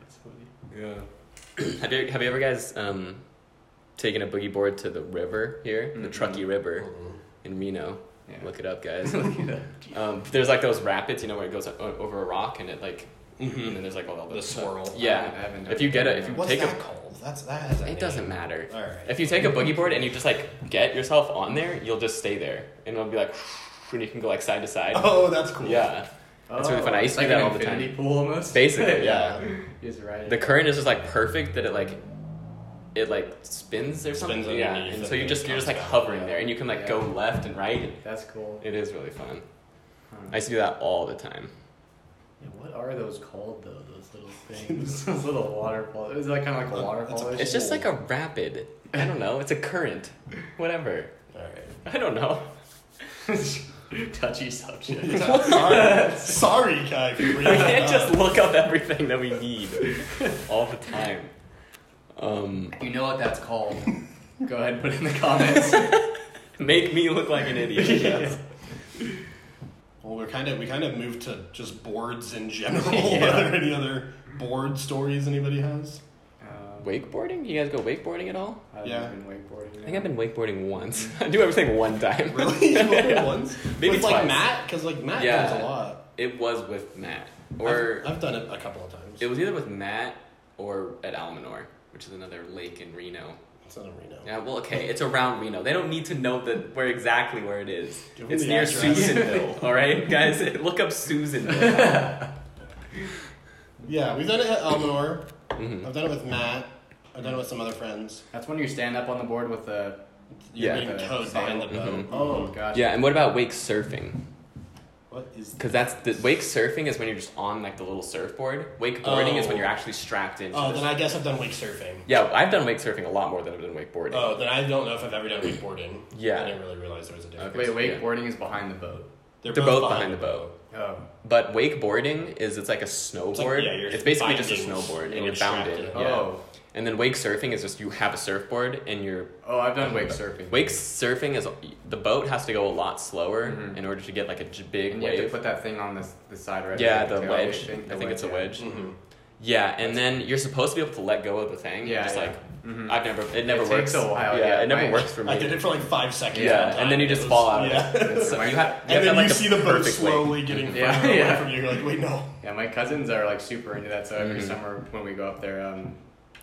it's funny. Yeah. have you have you ever guys um taken a boogie board to the river here, the Mhm. Truckee River Mhm. in Reno? Yeah. Look it up, guys. Look at that. um, there's like those rapids, you know, where it goes o- over a rock and it like, and then there's like all the, The swirl. Yeah. I haven't done If you get it, if you What's take that a, called? That's that has a name. it doesn't matter. All right. If you take a boogie board and you just like get yourself on there, you'll just stay there, and it'll be like, and you can go like side to side. Oh, that's cool. Yeah, That's really fun. I used to it's do that Oh, like an all the time. infinity pool almost. basically, yeah. Just right. The current is just like perfect that it like, it like spins or something. Spins yeah, underneath and so and you then just you're comes just like back. hovering Yeah. there, and you can like Yeah. go left and right. That's cool. It is really fun. Huh. I used to do that all the time. Yeah, what are those called though? Those little things, those little waterfalls. Is that kind of like a It's a- waterfall? It's just like a rapid. I don't know. It's a current. Whatever. All right. I don't know. touchy subject. sorry, sorry, Kai. for bringing We that can't up. just look up everything that we need all the time. Um, You know what that's called? Go ahead and put it in the comments. make me look like an idiot. yes. Well, we're kind of we kind of moved to just boards in general. Yeah. Are there any other board stories anybody has? Um, wakeboarding? You guys go wakeboarding at all? I've Yeah. been wakeboarding. I think I've been wakeboarding once. I do everything one time. Really? You only once? Maybe With like twice. Matt? Because like Matt Yeah. does a lot. It was with Matt, or I've, I've done it a couple of times. it was either with Matt or at Almanor, which is another lake in Reno. it's not a Reno. Yeah, well, okay, it's around Reno. They don't need to know the where exactly where it is. Give them It's the near address. Susanville. all right, guys, look up Susanville. Yeah, we've done it at Elmore. Mhm. I've done it with Matt. I've done it with some other friends. That's when you stand up on the board with the. You're Yeah. Mm-hmm. being towed Mhm. behind the boat. Oh gosh. Yeah, and what about wake surfing? What is Because that's the wake surfing is when you're just on like the little surfboard. Wakeboarding is when Oh. you're actually strapped into. Oh, the- then I guess I've done wake surfing. yeah, I've done wake surfing a lot more than I've done wakeboarding. Oh, then I don't know if I've ever done wakeboarding. Yeah. I didn't really realize there was a difference. Wait, Yeah. wakeboarding is behind the boat. They're both behind the boat. Oh. But wakeboarding is it's like a snowboard. It's, yeah, you're basically just a binding snowboard, and and you're strapped bounded. in it. Yeah. Oh. And then wake surfing is just you have a surfboard and you're Oh, I've done wake surfing. wake surfing is the boat has to go a lot slower Mhm. in order to get like a j- big And you have to wave. put that thing on the, the side right yeah, there, the tailgate wedge. thing, the I think it's a yeah. Mm-hmm. wedge. hmm Yeah, and then you're supposed to be able to let go of the thing. Yeah, just yeah. like Mhm. I've never. It never It works. takes a while, Yeah, yeah, it never right. works for me. I did it for like five seconds. Yeah, one time. and then you It just was- fall out of Yeah. it. So you have, you have and to then have, like, you see the boat perfect weight. slowly getting Yeah, further away yeah. from you. You're like, wait, no. Yeah, my cousins are like super into that. So every Mhm. Mm-hmm. summer when we go up there um,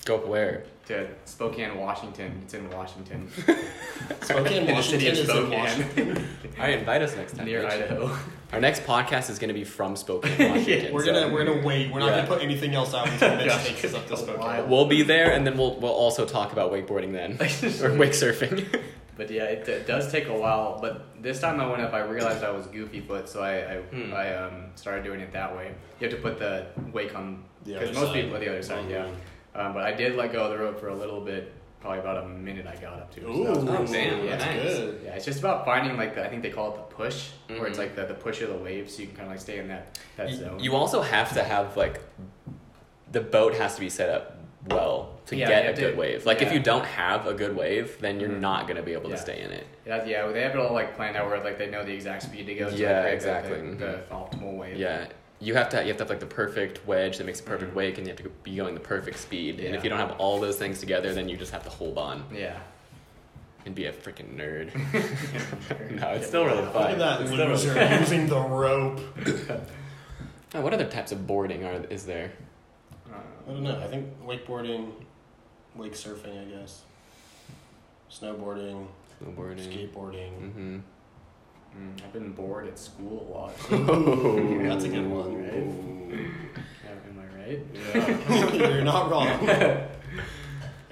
Go up where? to Spokane, Washington, it's in Washington, Spokane, in the Washington city of is in Spokane, Washington. All right, invite us next time. near bitch. Idaho. Our next podcast is going to be from Spokane, Washington. We're so- gonna we're gonna wait. We're not Yeah. gonna put anything else out until Mitch Yeah. takes us up to Spokane. We'll be there, and then we'll we'll also talk about wakeboarding then, or wake surfing. But yeah, it, it does take a while. But this time I went up, I realized I was goofy foot, so I I, Hmm. I um, started doing it that way. You have to put the wake on The because other most side. people are the other side, yeah. Mhm. Um, but I did let go of the rope for a little bit, probably about a minute. I got up to. so that was Oh, pretty damn, cool, yeah. that's nice. good. Yeah, it's just about finding like the, I think they call it the push, where Mhm. it's like the, the push of the wave, so you can kind of like stay in that that You, zone. you also have to have like the boat has to be set up well to Yeah, you get a have good to- wave. Like if yeah. you don't have a good wave, then you're Mhm. not going to be able Yeah. to stay in it. yeah, yeah, they have it all like planned out where like they know the exact speed to go. To, Yeah, like, create exactly, Mm-hmm. The, the, the optimal wave. Yeah. You have to you have to have like the perfect wedge that makes the perfect wake, and you have to be going the perfect speed. And if Mm-hmm. Yeah. you don't have all those things together, then you just have to hold on Yeah. and be a freaking nerd. no, it's still really Look at fun. that It's still really- loser using the rope. Oh, what other types of boarding are is there? I don't know. I think wakeboarding, wake surfing, I guess. Snowboarding, Snowboarding. skateboarding. Mm-hmm. Mm, I've been bored at school a lot. Ooh, that's a good one. Am I right? You're not wrong. I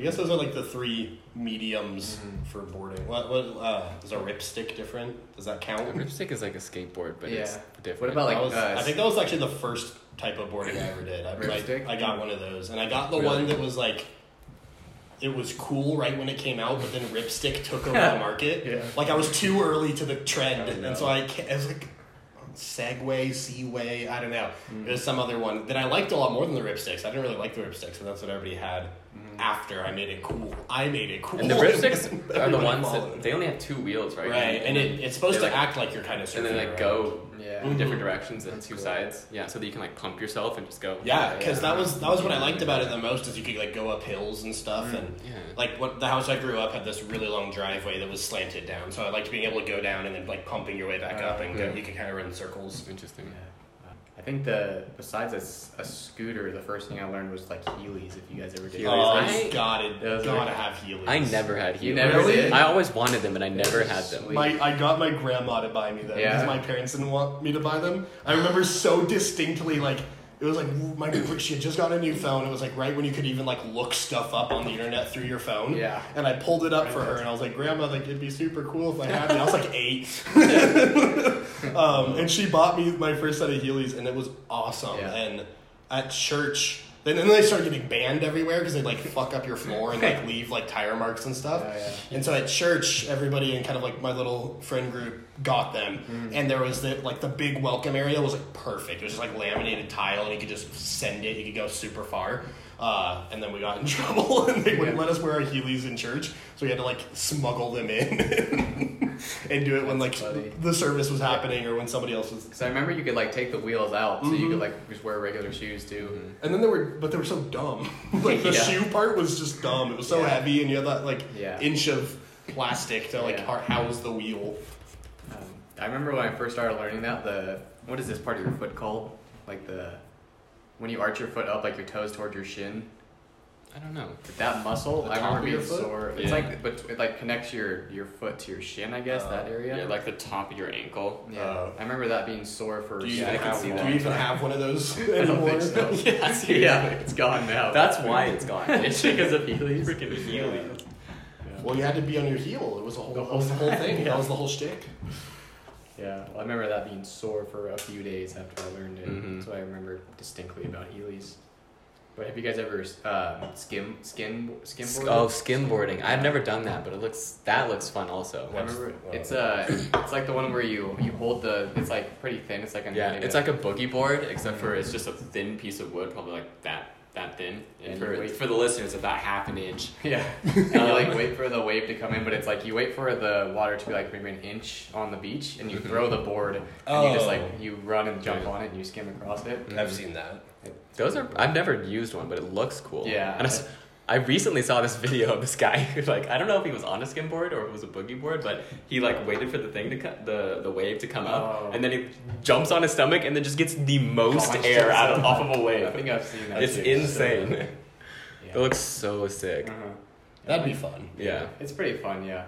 guess those are like the three mediums for boarding. What, what uh, is a ripstick different? Does that A count? ripstick is like a skateboard, but it's Yeah. different. What about That like was- uh, I think that was actually the first type of boarding I ever did. I, like, Ripstick? I got one of those, and I got the Really? one that was like, it was cool right when it came out, but then Ripstick took over the market. Yeah. Like I was too early to the trend, Oh, no. and so I, ca- I was like, Segway, Seaway, I don't know. Hmm. There's some other one that I liked a lot more than the Ripsticks. I didn't really like the Ripsticks, and that's what everybody had. After I made it cool, I made it cool. Hmm. And the ripsticks are the Everybody ones that followed. they only have two wheels, right? right? And it, it's supposed to they, like- act like you're kind of surfing. and then like around. go yeah. in different directions and That's two cool. sides. Yeah, so that you can like pump yourself and just go. Yeah, because Yeah. that was that was what I liked about it the most is you could like go up hills and stuff and Yeah. like what the house I grew up had this really long driveway that was slanted down, so I liked being able to go down and then like pumping your way back up and go, Oh, Yeah. you could kind of run circles. Interesting. Yeah. I think the besides a, s- a scooter, the first thing I learned was like Heelys. If you guys ever did, Heelys. Oh, Heelys. I- got it. Those Gotta are- have heelys. I never had heels. You never Really? did. I always wanted them, and I never They're had them. sweet. My I got my grandma to buy me them because Yeah? my parents didn't want me to buy them. I remember so distinctly like it was like my she had just got a new phone. It was like right when you could even like look stuff up on the internet through your phone. Yeah. And I pulled it up for her and I was like, Grandma, like it'd be super cool if I had it. I was like eight. um, and she bought me my first set of Heelys and it was awesome. Yeah. And at church. Then, then they started getting banned everywhere because they like fuck up your floor and like leave like tire marks and stuff. Oh, yeah. And so at church, everybody in kind of like my little friend group got them, Mm. and there was the like the big welcome area was like perfect. It was just like laminated tile, and you could just send it. You could go super far. Uh, and then we got in trouble, and they wouldn't let us wear our Heelys in church, so we had to like smuggle them in and do it when like That's funny. the service was happening or when somebody else was. Because I remember you could like take the wheels out, so you Mm-hmm. could like just wear regular shoes too. And then they were, but they were so dumb. like the Yeah. shoe part was just dumb. It was so Yeah. heavy, and you had that like Yeah. inch of plastic to like Yeah. har- house the wheel. Um, I remember when I first started learning that the what is this part of your foot called? Like the when you arch your foot up, like your toes toward your shin. I don't know. That muscle, The I top remember of your being foot? sore. It's Yeah. like but it like connects your your foot to your shin, I guess Uh, that area. Yeah, like the top of your ankle. yeah. uh, I remember that being sore for. Do you, Yeah, even, I can have, see one? that. do you even have one of those I anymore? don't think so. Yeah, yeah, it's gone now. That's why it's gone. It's because of Heelys. Freaking Heelys. Well, you had to be on your heel. It was the whole, The that was the whole thing. yeah. That was the whole shtick. Yeah, well, I remember that being sore for a few days after I learned it. Mhm. That's what I remember distinctly about Heelys. But have you guys ever uh, skim skin skimboarded? Oh, skimboarding. I've never done that, but it looks that looks fun also. I remember it's uh, it's like the one where you you hold the it's like pretty thin. It's like a Yeah, maybe it's like a boogie board, except for it's just a thin piece of wood, probably like that that thin. And And for you wait- for the listeners, about half an inch. yeah. and you like Um, wait for the wave to come in, but it's like you wait for the water to be like maybe an inch on the beach, and you throw the board, and you just Oh. like you run and jump Mm-hmm. Yeah. Mm. on it, and you skim across it. I've seen that. Those are I've never used one, but it looks cool. Yeah. And I, s- I recently saw this video of this guy who like I don't know if he was on a skimboard or it was a boogie board, but he like waited for the thing to cut the the wave to come up, Oh. and then he jumps on his stomach and then just gets the most Gosh, air that's out of so off of a I wave. think I've seen that. It's too. insane. Yeah. It looks so sick. Uh-huh. That'd be fun. Yeah. It's pretty fun, yeah.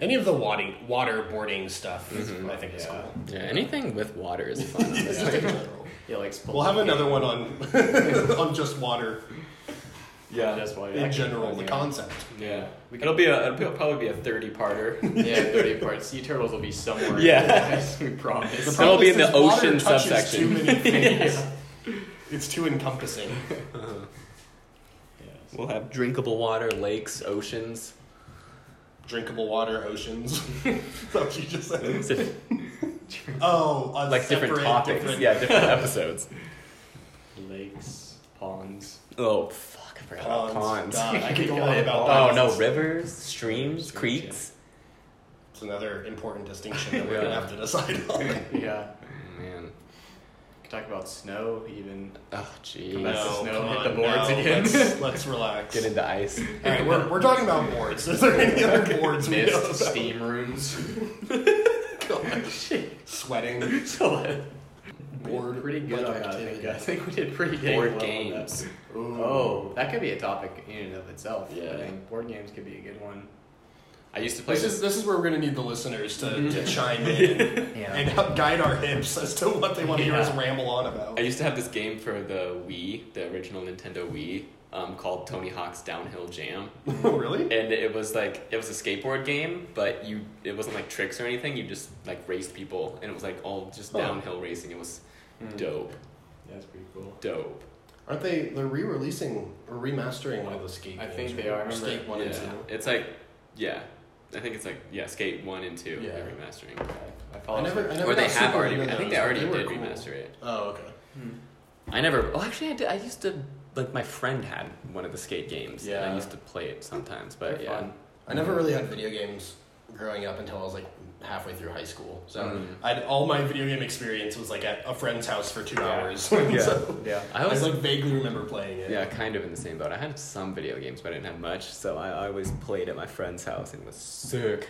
Any of the water waterboarding stuff, I think is Yeah. cool. Yeah. Anything with water is fun. Mm-hmm. It's just in general. Yeah, like spelunking. We'll have another one on on just water yeah. That's why in general. The concept. Yeah. We It'll be a it'll be- it'll probably be a thirty parter. Yeah, thirty parts. Sea turtles will be somewhere. Yeah. we promise. That'll be in Because the water ocean touches subsection. Too many things. It's too encompassing. We'll have drinkable water, lakes, oceans. Drinkable water, oceans. That's what you just said. It's Oh, a like different separate, topics. different- Yeah, different episodes. Lakes, ponds. Oh fuck, I forgot about ponds. Ponds. God, I could go Yeah, on about Oh ponds. no, rivers, streams, Streams, creeks. It's another important distinction that we're Yeah. gonna have to decide on. Yeah. Oh, man. Could talk about snow even. Oh Come jeez. back. No, snow, come hit the on, boards no, again. Let's, let's relax. Get into ice. All right, we're, we're talking about boards. Is there any other boards we know Mist, about? steam rooms. Sweating. so Board board pretty good like on that. I think, activity. I think we did pretty good. Board games. Ooh. Oh, that could be a topic in and of itself. Yeah. I think board games could be a good one. I used to play Mhm. This this. is this is where we're gonna need the listeners to, to chime in and, and help guide our hips as to what they want to hear us Yeah. ramble on about. I used to have this game for the Wii, the original Nintendo Wii, um, called Tony Hawk's Downhill Jam. really? and it was like it was a skateboard game, but you it wasn't like tricks or anything. You just like raced people, and it was like all just Huh. Hmm. downhill racing. It was dope, That's pretty cool. dope. Aren't they? They're re-releasing or remastering one of the skate. I games, think right? they are. I remember- Skate one and yeah. two. It's like yeah, I think it's like yeah, skate one and two Yeah. they're remastering, I, I I follow. never. I never or they got have super already. into I think they those, but already were did cool. remaster it. Oh okay. I never. Well, actually, I did. I used to like my friend had one of the skate games. and I Yeah. used to play it sometimes, but They're yeah. fun. I never really had video games growing up until I was like halfway through high school. So Mm. I'd, all my video game experience was like at a friend's house for two Yeah. hours. Yeah. so Yeah. I I always was like vaguely remember playing it. Yeah, kind of in the same boat. I had some video games, but I didn't have much, so I I always played at my friend's house and was sick.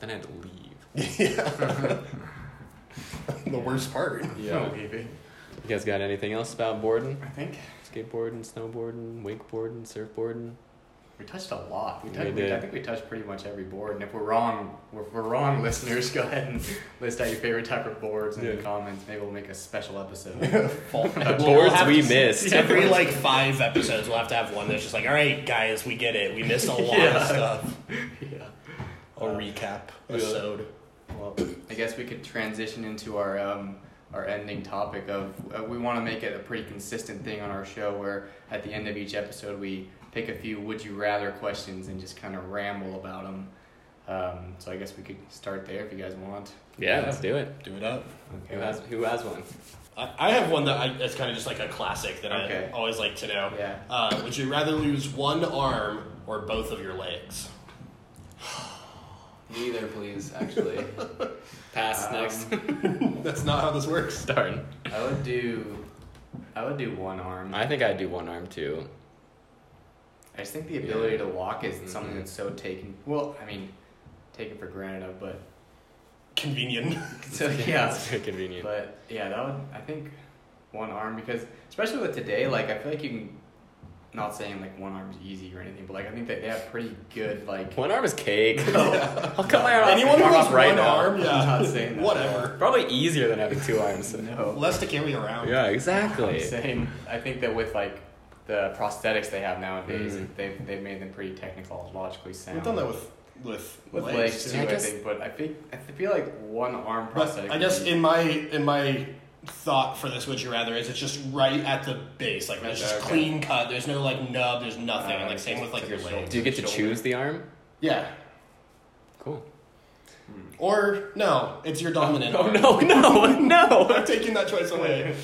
Then I had to leave. Yeah. the worst part. Oh, Yeah. maybe. You guys got anything else about boarding? I think Skateboarding, snowboarding, wakeboarding, surfboarding? we touched a lot. We, touched, We we did. I think we touched pretty much every board. And if we're wrong, if we're wrong, listeners, go ahead and list out your favorite type of boards in Yeah. the comments. Maybe we'll make a special episode. Boards have we to- missed. Every like five episodes, we'll have to have one that's just like, all right, guys, we get it. We missed a lot Yeah. of stuff. yeah. A recap Yeah. episode. Well, I guess we could transition into our um, our ending topic of uh, we want to make it a pretty consistent thing on our show where at the end of each episode we pick a few would you rather questions and just kind of ramble about them. Um, so I guess we could start there if you guys want. Yeah, let's do it. Do it up. Okay. Who has Who has one? I, I have one that I, that's kind of just like a classic that Okay. I always like to know. Yeah. Uh, would you rather lose one arm or both of your legs? Neither, please. Actually, pass Um, next. That's not how this works. Darn. I would do, I would do one arm. I, I think I'd do one arm too. just think the ability to walk is Mhm. something that's so taken. Well, I mean, taken for granted of, but Convenient. so yeah. it's very convenient. But yeah, that would I think one arm because especially with today, like I feel like you can. Not saying like one arm's easy or anything, but like I think that they have pretty good like. one arm is cake. I'll cut my arm off. Anyone who arm has off right one now. arm, yeah. I'm not saying that. Whatever. Probably easier than having two arms. No. Less to carry around. Yeah, I'm exactly. saying I think that with like the prosthetics they have nowadays, Mm. they've they've made them pretty technologically sound. We've done that with with, with legs, too, I I, guess- think. But I think I feel like one arm prosthetic. But I would guess be- in my in my thought for this, would you rather is it's just right at the base, like it's just Okay. clean cut. There's no like nub. There's nothing. Uh, like same with like your typical. legs. do you get to Shoulder. choose the arm? Yeah. Cool. Or no, it's your dominant. Oh arm. no, no, no! I'm taking that choice away.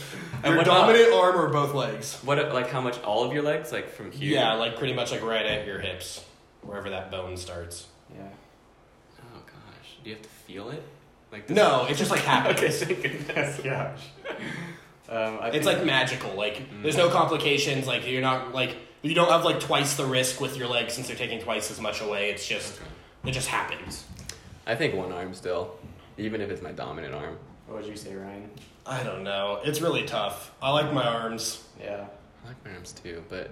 And your what about- dominant arm or both legs? What, like how much? All of your legs, like from here? Yeah, like pretty much like right at your hips, wherever that bone starts. yeah. Oh gosh, do you have to feel it? Like does No, it's just like happens. Okay, thank goodness. Gosh. Um, I It's think- like magical. Like there's no complications. Like you're not like you don't have like twice the risk with your legs since they're taking twice as much away. It's just it just happens. I think one arm still, even if it's my dominant arm. What would you say, Ryan? I don't know. It's really tough. I like my arms, Yeah. I like my arms too, but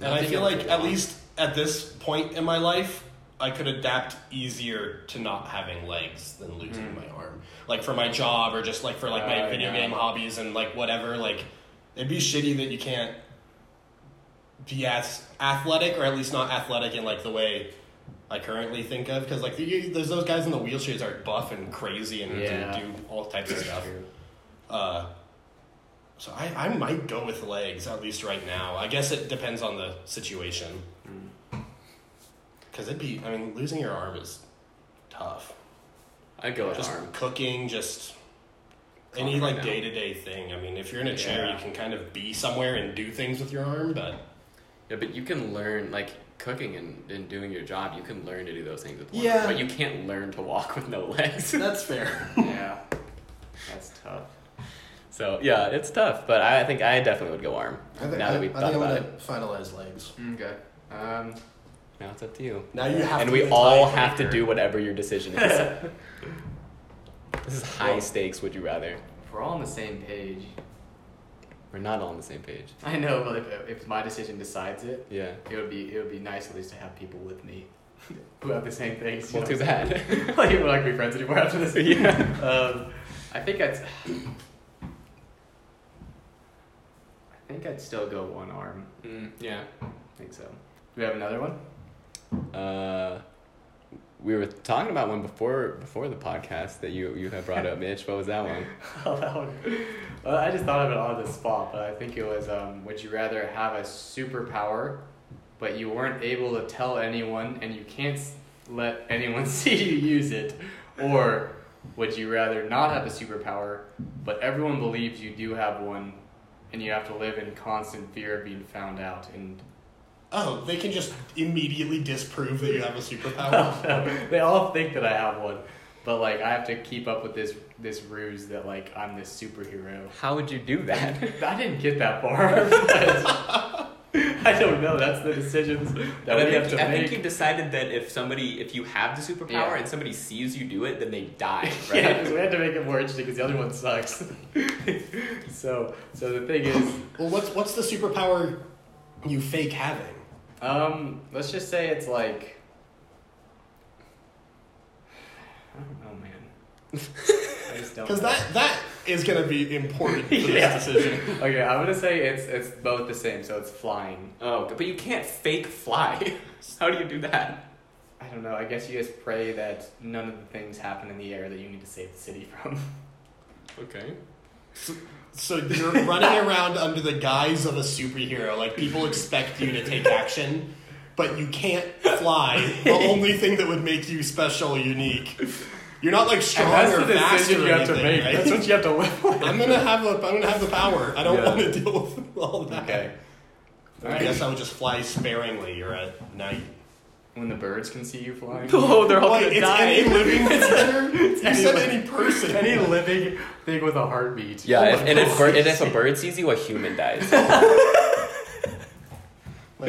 and I feel like at least at this point in my life, I could adapt easier to not having legs than losing my arm. Like for my job or just like for like my Uh, video yeah. game hobbies and like whatever. Like it'd be shitty that you can't be as athletic or at least not athletic in like the way. I currently think of because like you, there's those guys in the wheelchairs that are buff and crazy and Yeah. do, do all types of stuff. True. Uh, so I, I might go with legs at least right now. I guess it depends on the situation. Because it'd be, I mean, losing your arm is tough. I'd go with Just arm. cooking, just Common any right like now. day to day thing. I mean, if you're in a chair, Yeah. you can kind of be somewhere and do things with your arm, but Yeah, but you can learn like cooking and, and doing your job. You can learn to do those things with one. Yeah. arm, but you can't learn to walk with no legs. that's fair. Yeah. That's tough. so yeah, it's tough. But I, I think I definitely would go arm. now that we've thought about it, finalize legs. Okay. Um, now it's up to you. Now you have and to we be the all have to tiebreaker. do whatever your decision is. this is high stakes. Would you rather? if we're all on the same page. We're not all on the same page. I know, but if, if my decision decides it, Yeah. it would be it would be nice at least to have people with me who have the same things. you We'll know? do that. like we're not gonna be friends anymore after this. yeah. Um, I think I'd. I think I'd still go one arm. Mm, yeah. I think so. Do we have another one? Uh, we were talking about one before before the podcast that you you had brought up, Mitch. What was that one? Oh, that one. Well, I just thought of it on the spot, but I think it was. Um, would you rather have a superpower, but you weren't able to tell anyone, and you can't s- let anyone see you use it, or would you rather not have a superpower, but everyone believes you do have one, and you have to live in constant fear of being found out and Oh, they can just immediately disprove that you have a superpower. they all think that I have one, but like I have to keep up with this this ruse that like I'm this superhero. How would you do that? I didn't get that far. but I don't know. That's the decisions that But we I, have think, to I make. think you decided that if somebody, if you have the superpower Yeah. and somebody sees you do it, then they die, right? Yeah, 'cause we had to make it more interesting because the other one sucks. so, so the thing is, well, what's what's the superpower you fake having? um, let's just say it's like, I don't know, oh, man. I just don't. Because know. that that is going to be important for this Yeah. decision. Okay, I'm gonna say it's it's both the same. So it's flying. Oh, but you can't fake fly. How do you do that? I don't know. I guess you just pray that none of the things happen in the air that you need to save the city from. Okay. So you're running around under the guise of a superhero. Like people expect you to take action, but you can't fly. the only thing that would make you special, unique. You're not like strong That's or the fast or decision you have to anything, make. right? That's what you have to live with. I'm gonna have a, I'm gonna have the power. I don't Yeah. want to deal with all that. Okay. I guess I would just fly sparingly or at night. When the birds can see you flying. Oh, they're all Wait, gonna it's die. any living creature. you any said living- any person. Any living thing with a heartbeat. yeah, if, and, if, bir- and if a bird sees you, a human dies. My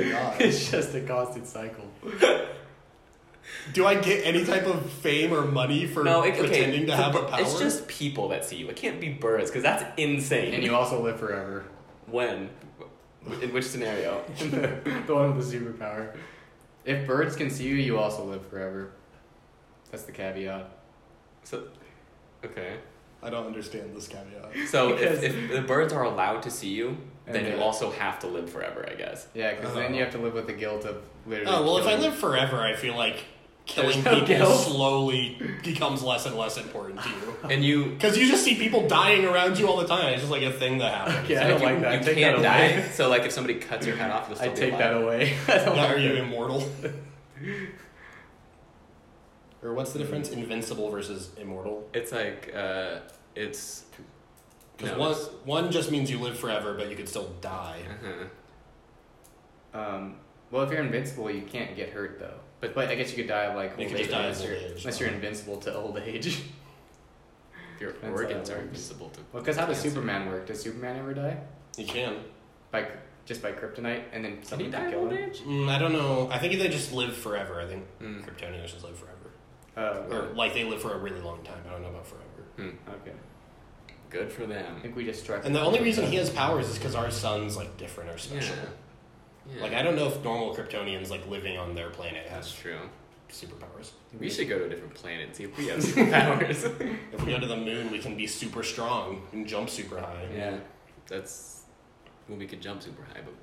God. It's just a constant cycle. Do I get any type of fame or money for no, it, okay, pretending it's to a have a bir- power? It's just people that see you. It can't be birds because that's insane. And you also live forever. when? In which scenario? the one with the superpower. If birds can see you, you also live forever. That's the caveat. So, okay. I don't understand this caveat. So Because- if, if the birds are allowed to see you, then And uh, you they- also have to live forever, I guess. Yeah, because then Oh. you have to live with the guilt of literally. Oh well, if I killing- live forever, I feel like killing There's no people guilt. slowly becomes less and less important to you. And you, Because you just see people dying around you all the time. It's just like a thing that happens. Yeah, I don't you, like that. you Take can't that away. die. So like, if somebody cuts your head off, you'll still I be take alive. that away. I don't Now, like are you that. immortal? or what's the difference? Invincible versus immortal? It's like, uh, it's. Because no, one, it's- one just means you live forever, but you could still die. uh-huh. Um, well, if you're invincible, you can't get hurt though. But, but I guess you could die of like You old could just age die of unless, old you're, age, unless yeah. you're invincible to old age. Your Depends how organs that are works. invisible to. Well, because how does cancer. Superman work? Does Superman ever die? You can. By cr- just by kryptonite, and then Can you something die can of kill old him. age? Mm, I don't know. I think they just live forever. I think Mm. Kryptonians just live forever. Oh, Or, like, they live for a really long time. I don't know about forever. okay. hmm, Good for I them. think we just struck. And the only reason he has powers is because our sun's, like, different or Yeah. special. yeah. Like, I don't know if normal Kryptonians, like, living on their planet That's has true. superpowers. We should go to a different planet and see if we have superpowers. If we go to the moon, we can be super strong and jump super high. yeah, that's when we could jump super high, but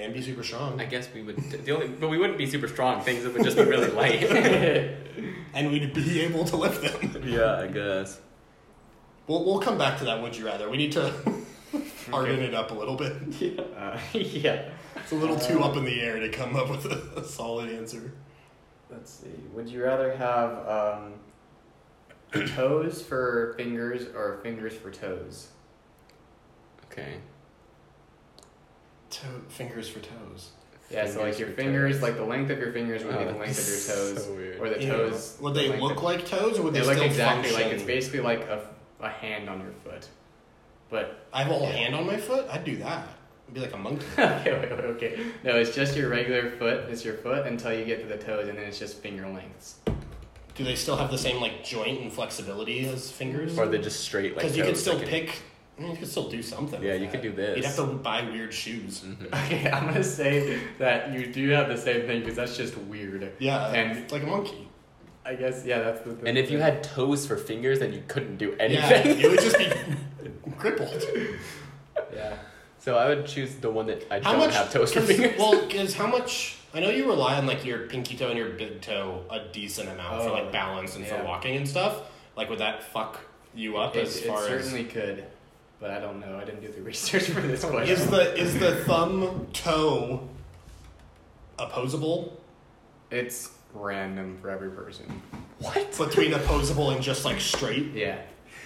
And be super strong. I guess we would. The only, but we wouldn't be super strong. Things that would just be really light. and we'd be able to lift them. yeah, I guess. We'll, we'll come back to that, would you rather? We need to harden it up a little bit. Uh, yeah. Um, It's a little too up in the air to come up with a, a solid answer. Let's see. Would you rather have um, toes for fingers or fingers for toes? Okay. To- fingers for toes. Yeah, so like your for fingers, toes. like the length of your fingers would be Oh, the length of your toes, so weird. or the toes. Would the they length look of- like toes, or would They they, look still exactly function? like it's basically like a, a hand on your foot, but I have a whole yeah. hand on my foot. I'd do that. I'd be like a monkey. okay, wait, wait, okay. No, it's just your regular foot. It's your foot until you get to the toes, and then it's just finger lengths. do they still have the same like joint and flexibility as fingers? Or they're just straight like. Because you could toes still that pick. I mean, you could still do something. Yeah, with you that. could do this. Mm. You'd have to buy weird shoes. Okay, I'm gonna say that you do have the same thing because that's just weird. Yeah, and it's like a monkey. I guess yeah, that's the. the And if you had toes for fingers, then you couldn't do Yeah, anything. it would just be crippled. yeah. so I would choose the one that I How don't much? have toes for 'cause- fingers. Well, because how much? I know you rely on like your pinky toe and your big toe a decent amount for Oh, like balance and yeah. for walking and stuff. Like, would that fuck you up It, as it far as? certainly could, but I don't know. I didn't do the research for this one. Is the is the thumb toe opposable? It's random for every person. What between opposable and just like straight? Yeah.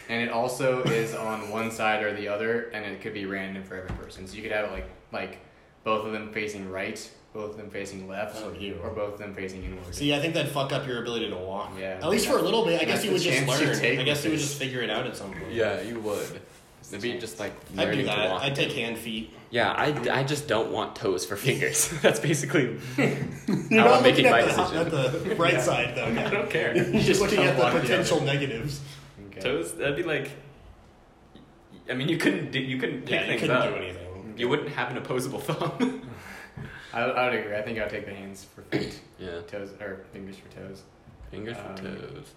And it also is on one side or the other, and it could be random for every person. So you could have it like like both of them facing right, both of them facing left, Oh, you. or both of them facing inward. See, I think that'd fuck up your ability to walk. Yeah. At least for a little bit. I That's guess you the would just chance learn. you take I guess with you would this. just figure it out at some point. yeah, you would. It'd be just like I'd do learning to that. walk. I'd take hand feet. yeah, I, I just don't want toes for fingers. That's basically You're how not I'm looking making my at the, decision. at the right side though. I yeah. don't care. You're just looking kinda at the walk the other potential negatives. Okay. Toes? That'd be like. I mean, you couldn't do, you couldn't pick Yeah, you things couldn't up. do anything. You wouldn't have an opposable thumb. I, I would agree. I think I would take the hands for feet, yeah, toes or fingers for toes. fingers Um, for toes,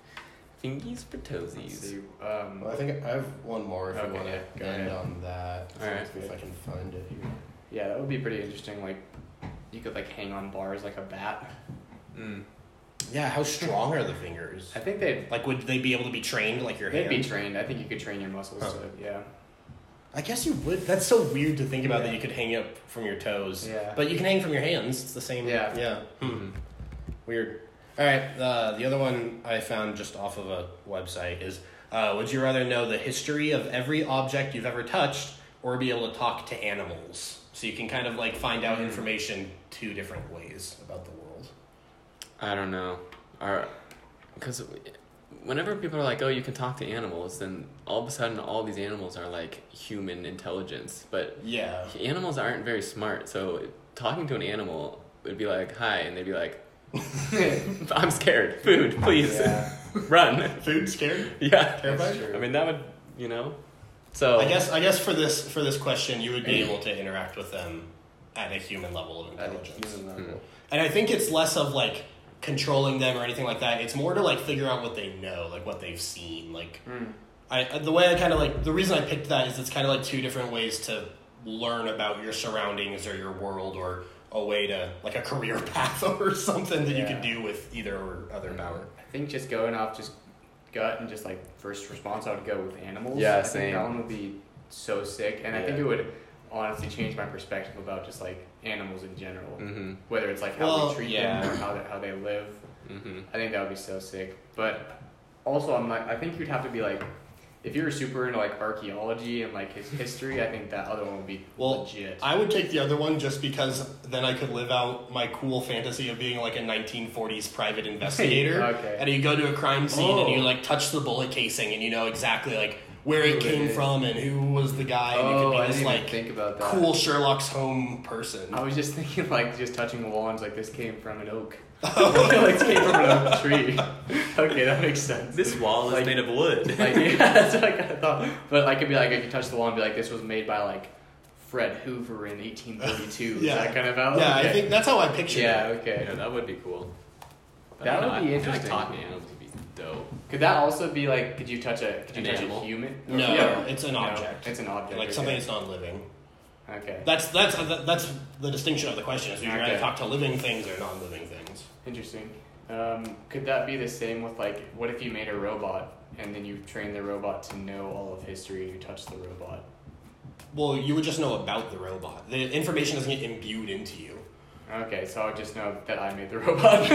fingies for Let's toesies. see. Um, I think I have one more if you Okay, wanna yeah, go end ahead. on that. All right. if I can find it here. yeah, that would be pretty interesting. Like, you could like hang on bars like a bat. Mm. Yeah, how strong are the fingers? I think they'd Like, would they be able to be trained like your they'd hand? be trained. I think you could train your muscles Huh. to yeah. I guess you would. That's so weird to think about that you could hang up from your toes. Yeah. But you can hang from your hands. It's the same. Yeah. Mm-hmm. Yeah. Hmm. Weird. All right. Uh, the other one I found just off of a website is: uh, Would you rather know the history of every object you've ever touched, or be able to talk to animals? So you can kind of like find Hmm. out information two different ways about the world. I don't know. Or, because whenever people are like, "Oh, you can talk to animals," then all of a sudden, all these animals are like human intelligence. But Yeah. animals aren't very smart, so talking to an animal would be like, "Hi," and they'd be like, "I'm scared. Food, please, Yeah. run." Food scared. yeah. Terrified? I mean, that would you know. So I guess I guess for this for this question, you would be able to interact with them at a human level of At a intelligence. human level. And I think it's less of like controlling them or anything like that. It's more to like figure out what they know, like what they've seen. Like I uh, the way I kind of like the reason I picked that is it's kind of like two different ways to learn about your surroundings or your world or a way to like a career path or something that you could Yeah. do with either or other power. I think just going off just gut and just like first response, I would go with animals. Yeah, I Think same. that one would be so sick, and I think Yeah. it would honestly change my perspective about just like animals in general. Mhm. Whether it's like how Well, we treat yeah. them or how they, how they live, Mhm. I think that would be so sick. But also, I'm like, I think you'd have to be like, if you were super into like archaeology and like his history, I think that other one would be Well, legit. I would take the other one just because then I could live out my cool fantasy of being like a 1940s private investigator. Okay. And you go to a crime scene and you Oh. like touch the bullet casing and you know exactly like where it Who it came is. from and who was the guy. And oh, you could I be didn't this even like think about that. cool Sherlock's home person. I was just thinking, like, just touching the wall and it's like, this came from an oak. like, this came from an oak tree. okay, that makes sense. this wall is Like- made of wood. Like, yeah, that's what I kind of thought. But I could be like, I could touch the wall and be like, this was made by, like, Fred Hoover in 1832. Is Yeah. that kind of how? yeah, okay. I think that's how I picture Yeah, it. okay. yeah, that would be cool. But That I don't would know, be I feel like interesting. Talking to animals would be dope. Could that also be, like, could you touch a, could you An touch animal? a human? No, it's an No, object. it's an object. Like okay. something that's non living. Okay, That's that's that's the distinction of the question is you rather Okay. talk to living things or non living things. interesting. Um, could that be the same with, like, what if you made a robot and then you trained the robot to know all of history and you touched the robot? Well, you would just know about the robot. The information doesn't get imbued into you. Okay, so I just know that I made the robot.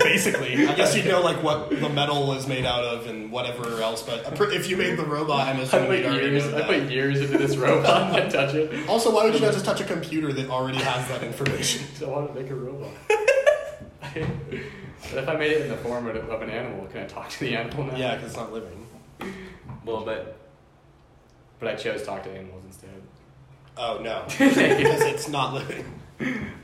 Basically, I guess you'd know like what the metal was made out of and whatever else. But I'm pre- if you made the robot, I'm I assuming put you'd already years. know I that. put years into this robot. I touch it. also, why would you not just touch a computer that already has that information? 'Cause I want to make a robot. but if I made it in the form of, of an animal, can I talk to the animal now? yeah, because it's not living. Well, but But I chose talk to animals instead. Oh no, because it's not living.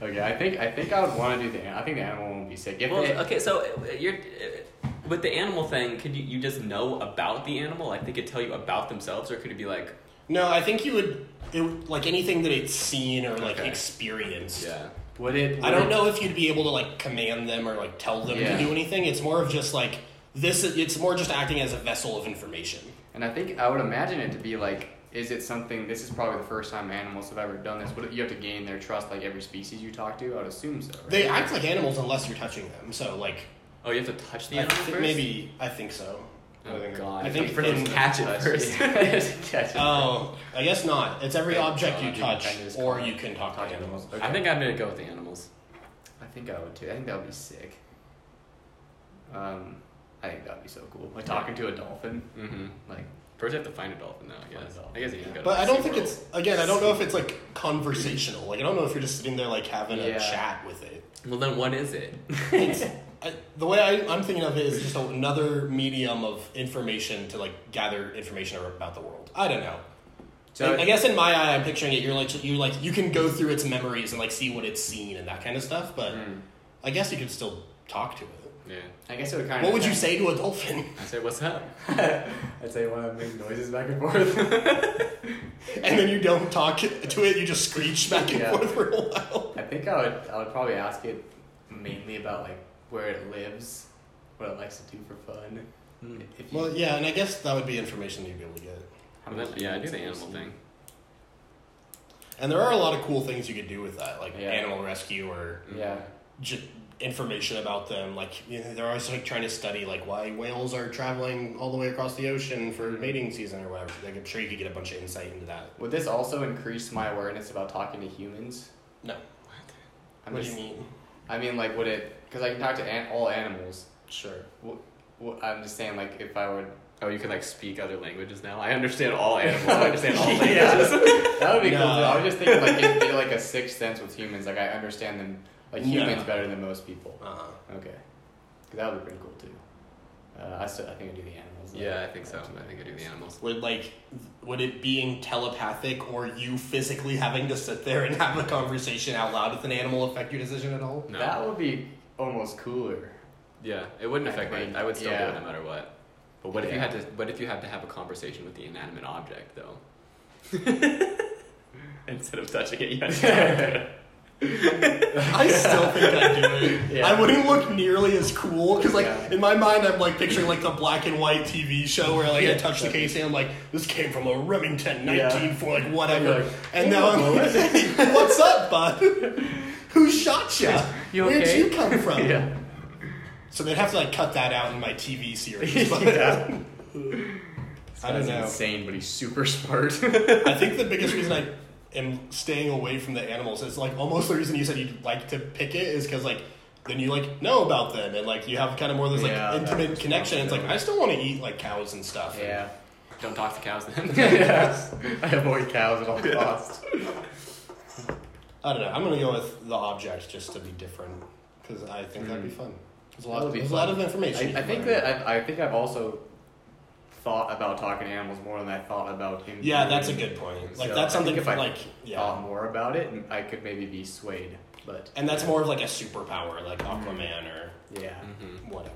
Okay, I think I think I would want to do the. an- I think the animal one would be sick. If Well, it- okay, so uh, you're uh, with the animal thing. Could you, you just know about the animal? Like they could tell you about themselves, or could it be like, No, I think you would it, would- like anything that it's seen or like Okay. experienced. yeah, would it? I would don't it- know if you'd be able to like command them or like tell them Yeah. to do anything. It's more of just like this. Is, it's more just acting as a vessel of information. And I think I would imagine it to be like, is it something? This is probably the first time animals have ever done this. Would it- you have to gain their trust, like every species you talk to? I would assume so. Right? They act like animals unless you're touching them. So like oh, you have to touch the I animal thi- first. maybe I think so. I Oh think- God! I think for them in, to catch it first. Catch it. Oh, I guess not. It's every Okay, object so you I think touch, that is or correct. you can talk to Talk to animals. animals. I think I'm gonna go with the animals. I think I would too. I think that would be sick. Um, I think that would be so cool. Like talking to a dolphin. Mm-hmm. Like First, you have to find a dolphin, though. I Find a guess. dolphin, I guess you can yeah. go. To But I don't think SeaWorld. it's again. I don't know if it's like conversational. Like I don't know if you're just sitting there like having Yeah. a chat with it. Well, then what is it? It's, I, the way I, I'm thinking of it is just another medium of information to like gather information about the world. I don't know. so, I, I guess in my eye, I'm picturing it. You're like you like you can go through its memories and like see what it's seen and that kind of stuff. But Mm. I guess you could still talk to it. Yeah. I guess it would kind What of. would you say to a dolphin? I say, what's up? I'd say want to make noises back and forth. And then you don't talk to it, you just screech back and Yeah. forth for a while. I think I would. I would probably ask it mainly about like where it lives, what it likes to do for fun. Hmm. If you, Well, yeah, and I guess that would be information that you'd be able to get. how Well, much then- yeah, I do the animals animal you thing. And there are a lot of cool things you could do with that, like Yeah. animal rescue or see. Yeah. j- information about them. Like you know, they're always like trying to study like why whales are traveling all the way across the ocean for mating season or whatever. Like I'm sure you could get a bunch of insight into that. Would this also increase my awareness about talking to humans? No. I'm what do just- you mean? I mean, like, would it? Because I can talk to an- all animals. Sure. Well, I'm just saying, like, if I would, Oh, you can like speak other languages now. I understand all animals. I understand all languages. that would be cool. No. Too. I was just thinking, like, it'd be like a sixth sense with humans. Like, I understand them, like No. humans better than most people. Uh huh. Okay, 'Cause that would be pretty cool too. Uh, I still, I think I do the animals. though. Yeah, I think so. I think I do the animals. Would like would it being telepathic or you physically having to sit there and have a conversation out loud with an animal affect your decision at all? No. That would be almost cooler. yeah, it wouldn't I affect me. think- I would still yeah. do it no matter what. But what if you Yeah. had to? What if you had to have a conversation with the inanimate object though? Instead of touching it, you had to I still think I do it. Yeah. I wouldn't look nearly as cool because, like, Yeah. in my mind, I'm like picturing like the black and white TV show where like I touch the case and I'm like, this came from a Remington Yeah. 19 for like whatever, Like, and now I'm like, what's up, bud? Who shot ya? You Where'd okay? you come from? So they'd have to like cut that out in my TV series. But, I don't That's know. Insane, but he's super smart. I think the biggest reason I am staying away from the animals is like almost the reason you said you'd like to pick it is because like then you like know about them and like you have kind of more of this like Yeah, that intimate was connection. It's like I still want to eat like cows and stuff. yeah. Don't talk to cows then. yes. I avoid cows at all costs. I don't know. I'm gonna go with the object just to be different because I think that'd be fun. There's a lot. Mm. That would be there's a lot fun. of information. I, I think that I, I think I've also thought about talking to animals more than I thought about him. yeah, that's a good point. Like So, that's I something think if I like yeah. Thought more about it, and I could maybe be swayed, but and that's more of like a superpower, like Aquaman or yeah, hmm whatever.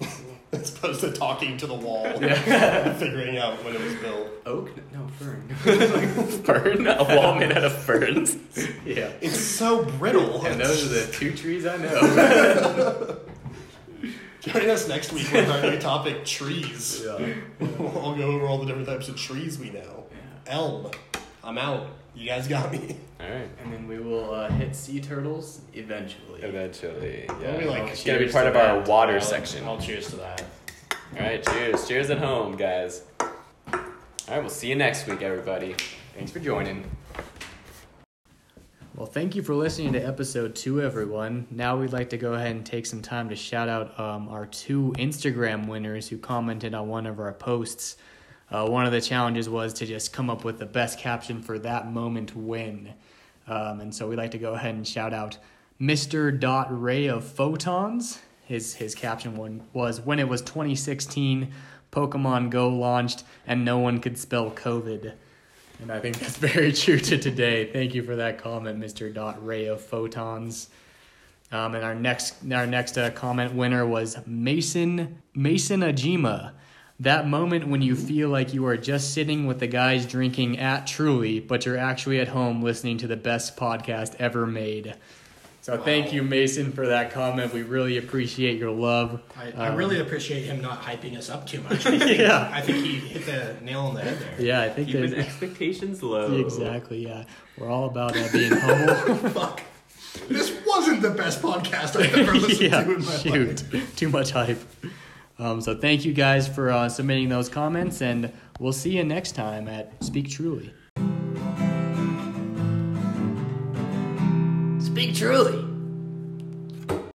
As opposed to talking to the wall, and figuring out when it was built. oak, no fern, Fern, a wall made out of ferns. yeah. It's so brittle. And those are the two trees I know. Join us next week with our new topic, trees. yeah. I'll go over all the different types of trees we know. Elm. I'm out. You guys got me. All right. And then we will uh, hit sea turtles eventually. Eventually, I'll be yeah. like, it's gonna be cheers part to of our that. water section. I'll cheers to that. All right, cheers. Cheers at home, guys. All right, we'll see you next week, everybody. Thanks for joining. Well, thank you for listening to episode two, everyone. Now we'd like to go ahead and take some time to shout out um, our two Instagram winners who commented on one of our posts. Uh, one of the challenges was to just come up with the best caption for that moment when. Um, and so we'd like to go ahead and shout out Mr. Dot Ray of Photons. His his caption one was when it was 2016, Pokemon Go launched, and no one could spell COVID. And I think that's very true to today. Thank you for that comment, Mr. Dot Ray of Photons. Um, and our next our next uh, comment winner was Mason Mason Ajima. That moment when you feel like you are just sitting with the guys drinking at Truly, but you're actually at home listening to the best podcast ever made. So thank you, Mason, for that comment. We really appreciate your love. I, I really appreciate him not hyping us up too much. yeah, I think he hit the nail on the head there. yeah. I think Keeping that expectations low. exactly. Yeah, we're all about uh, being humble. Fuck. This wasn't the best podcast I've ever listened yeah, to in my life. shoot. Too much hype. Um, so thank you guys for uh, submitting those comments, and we'll see you next time at Speak Truly. Speak truly.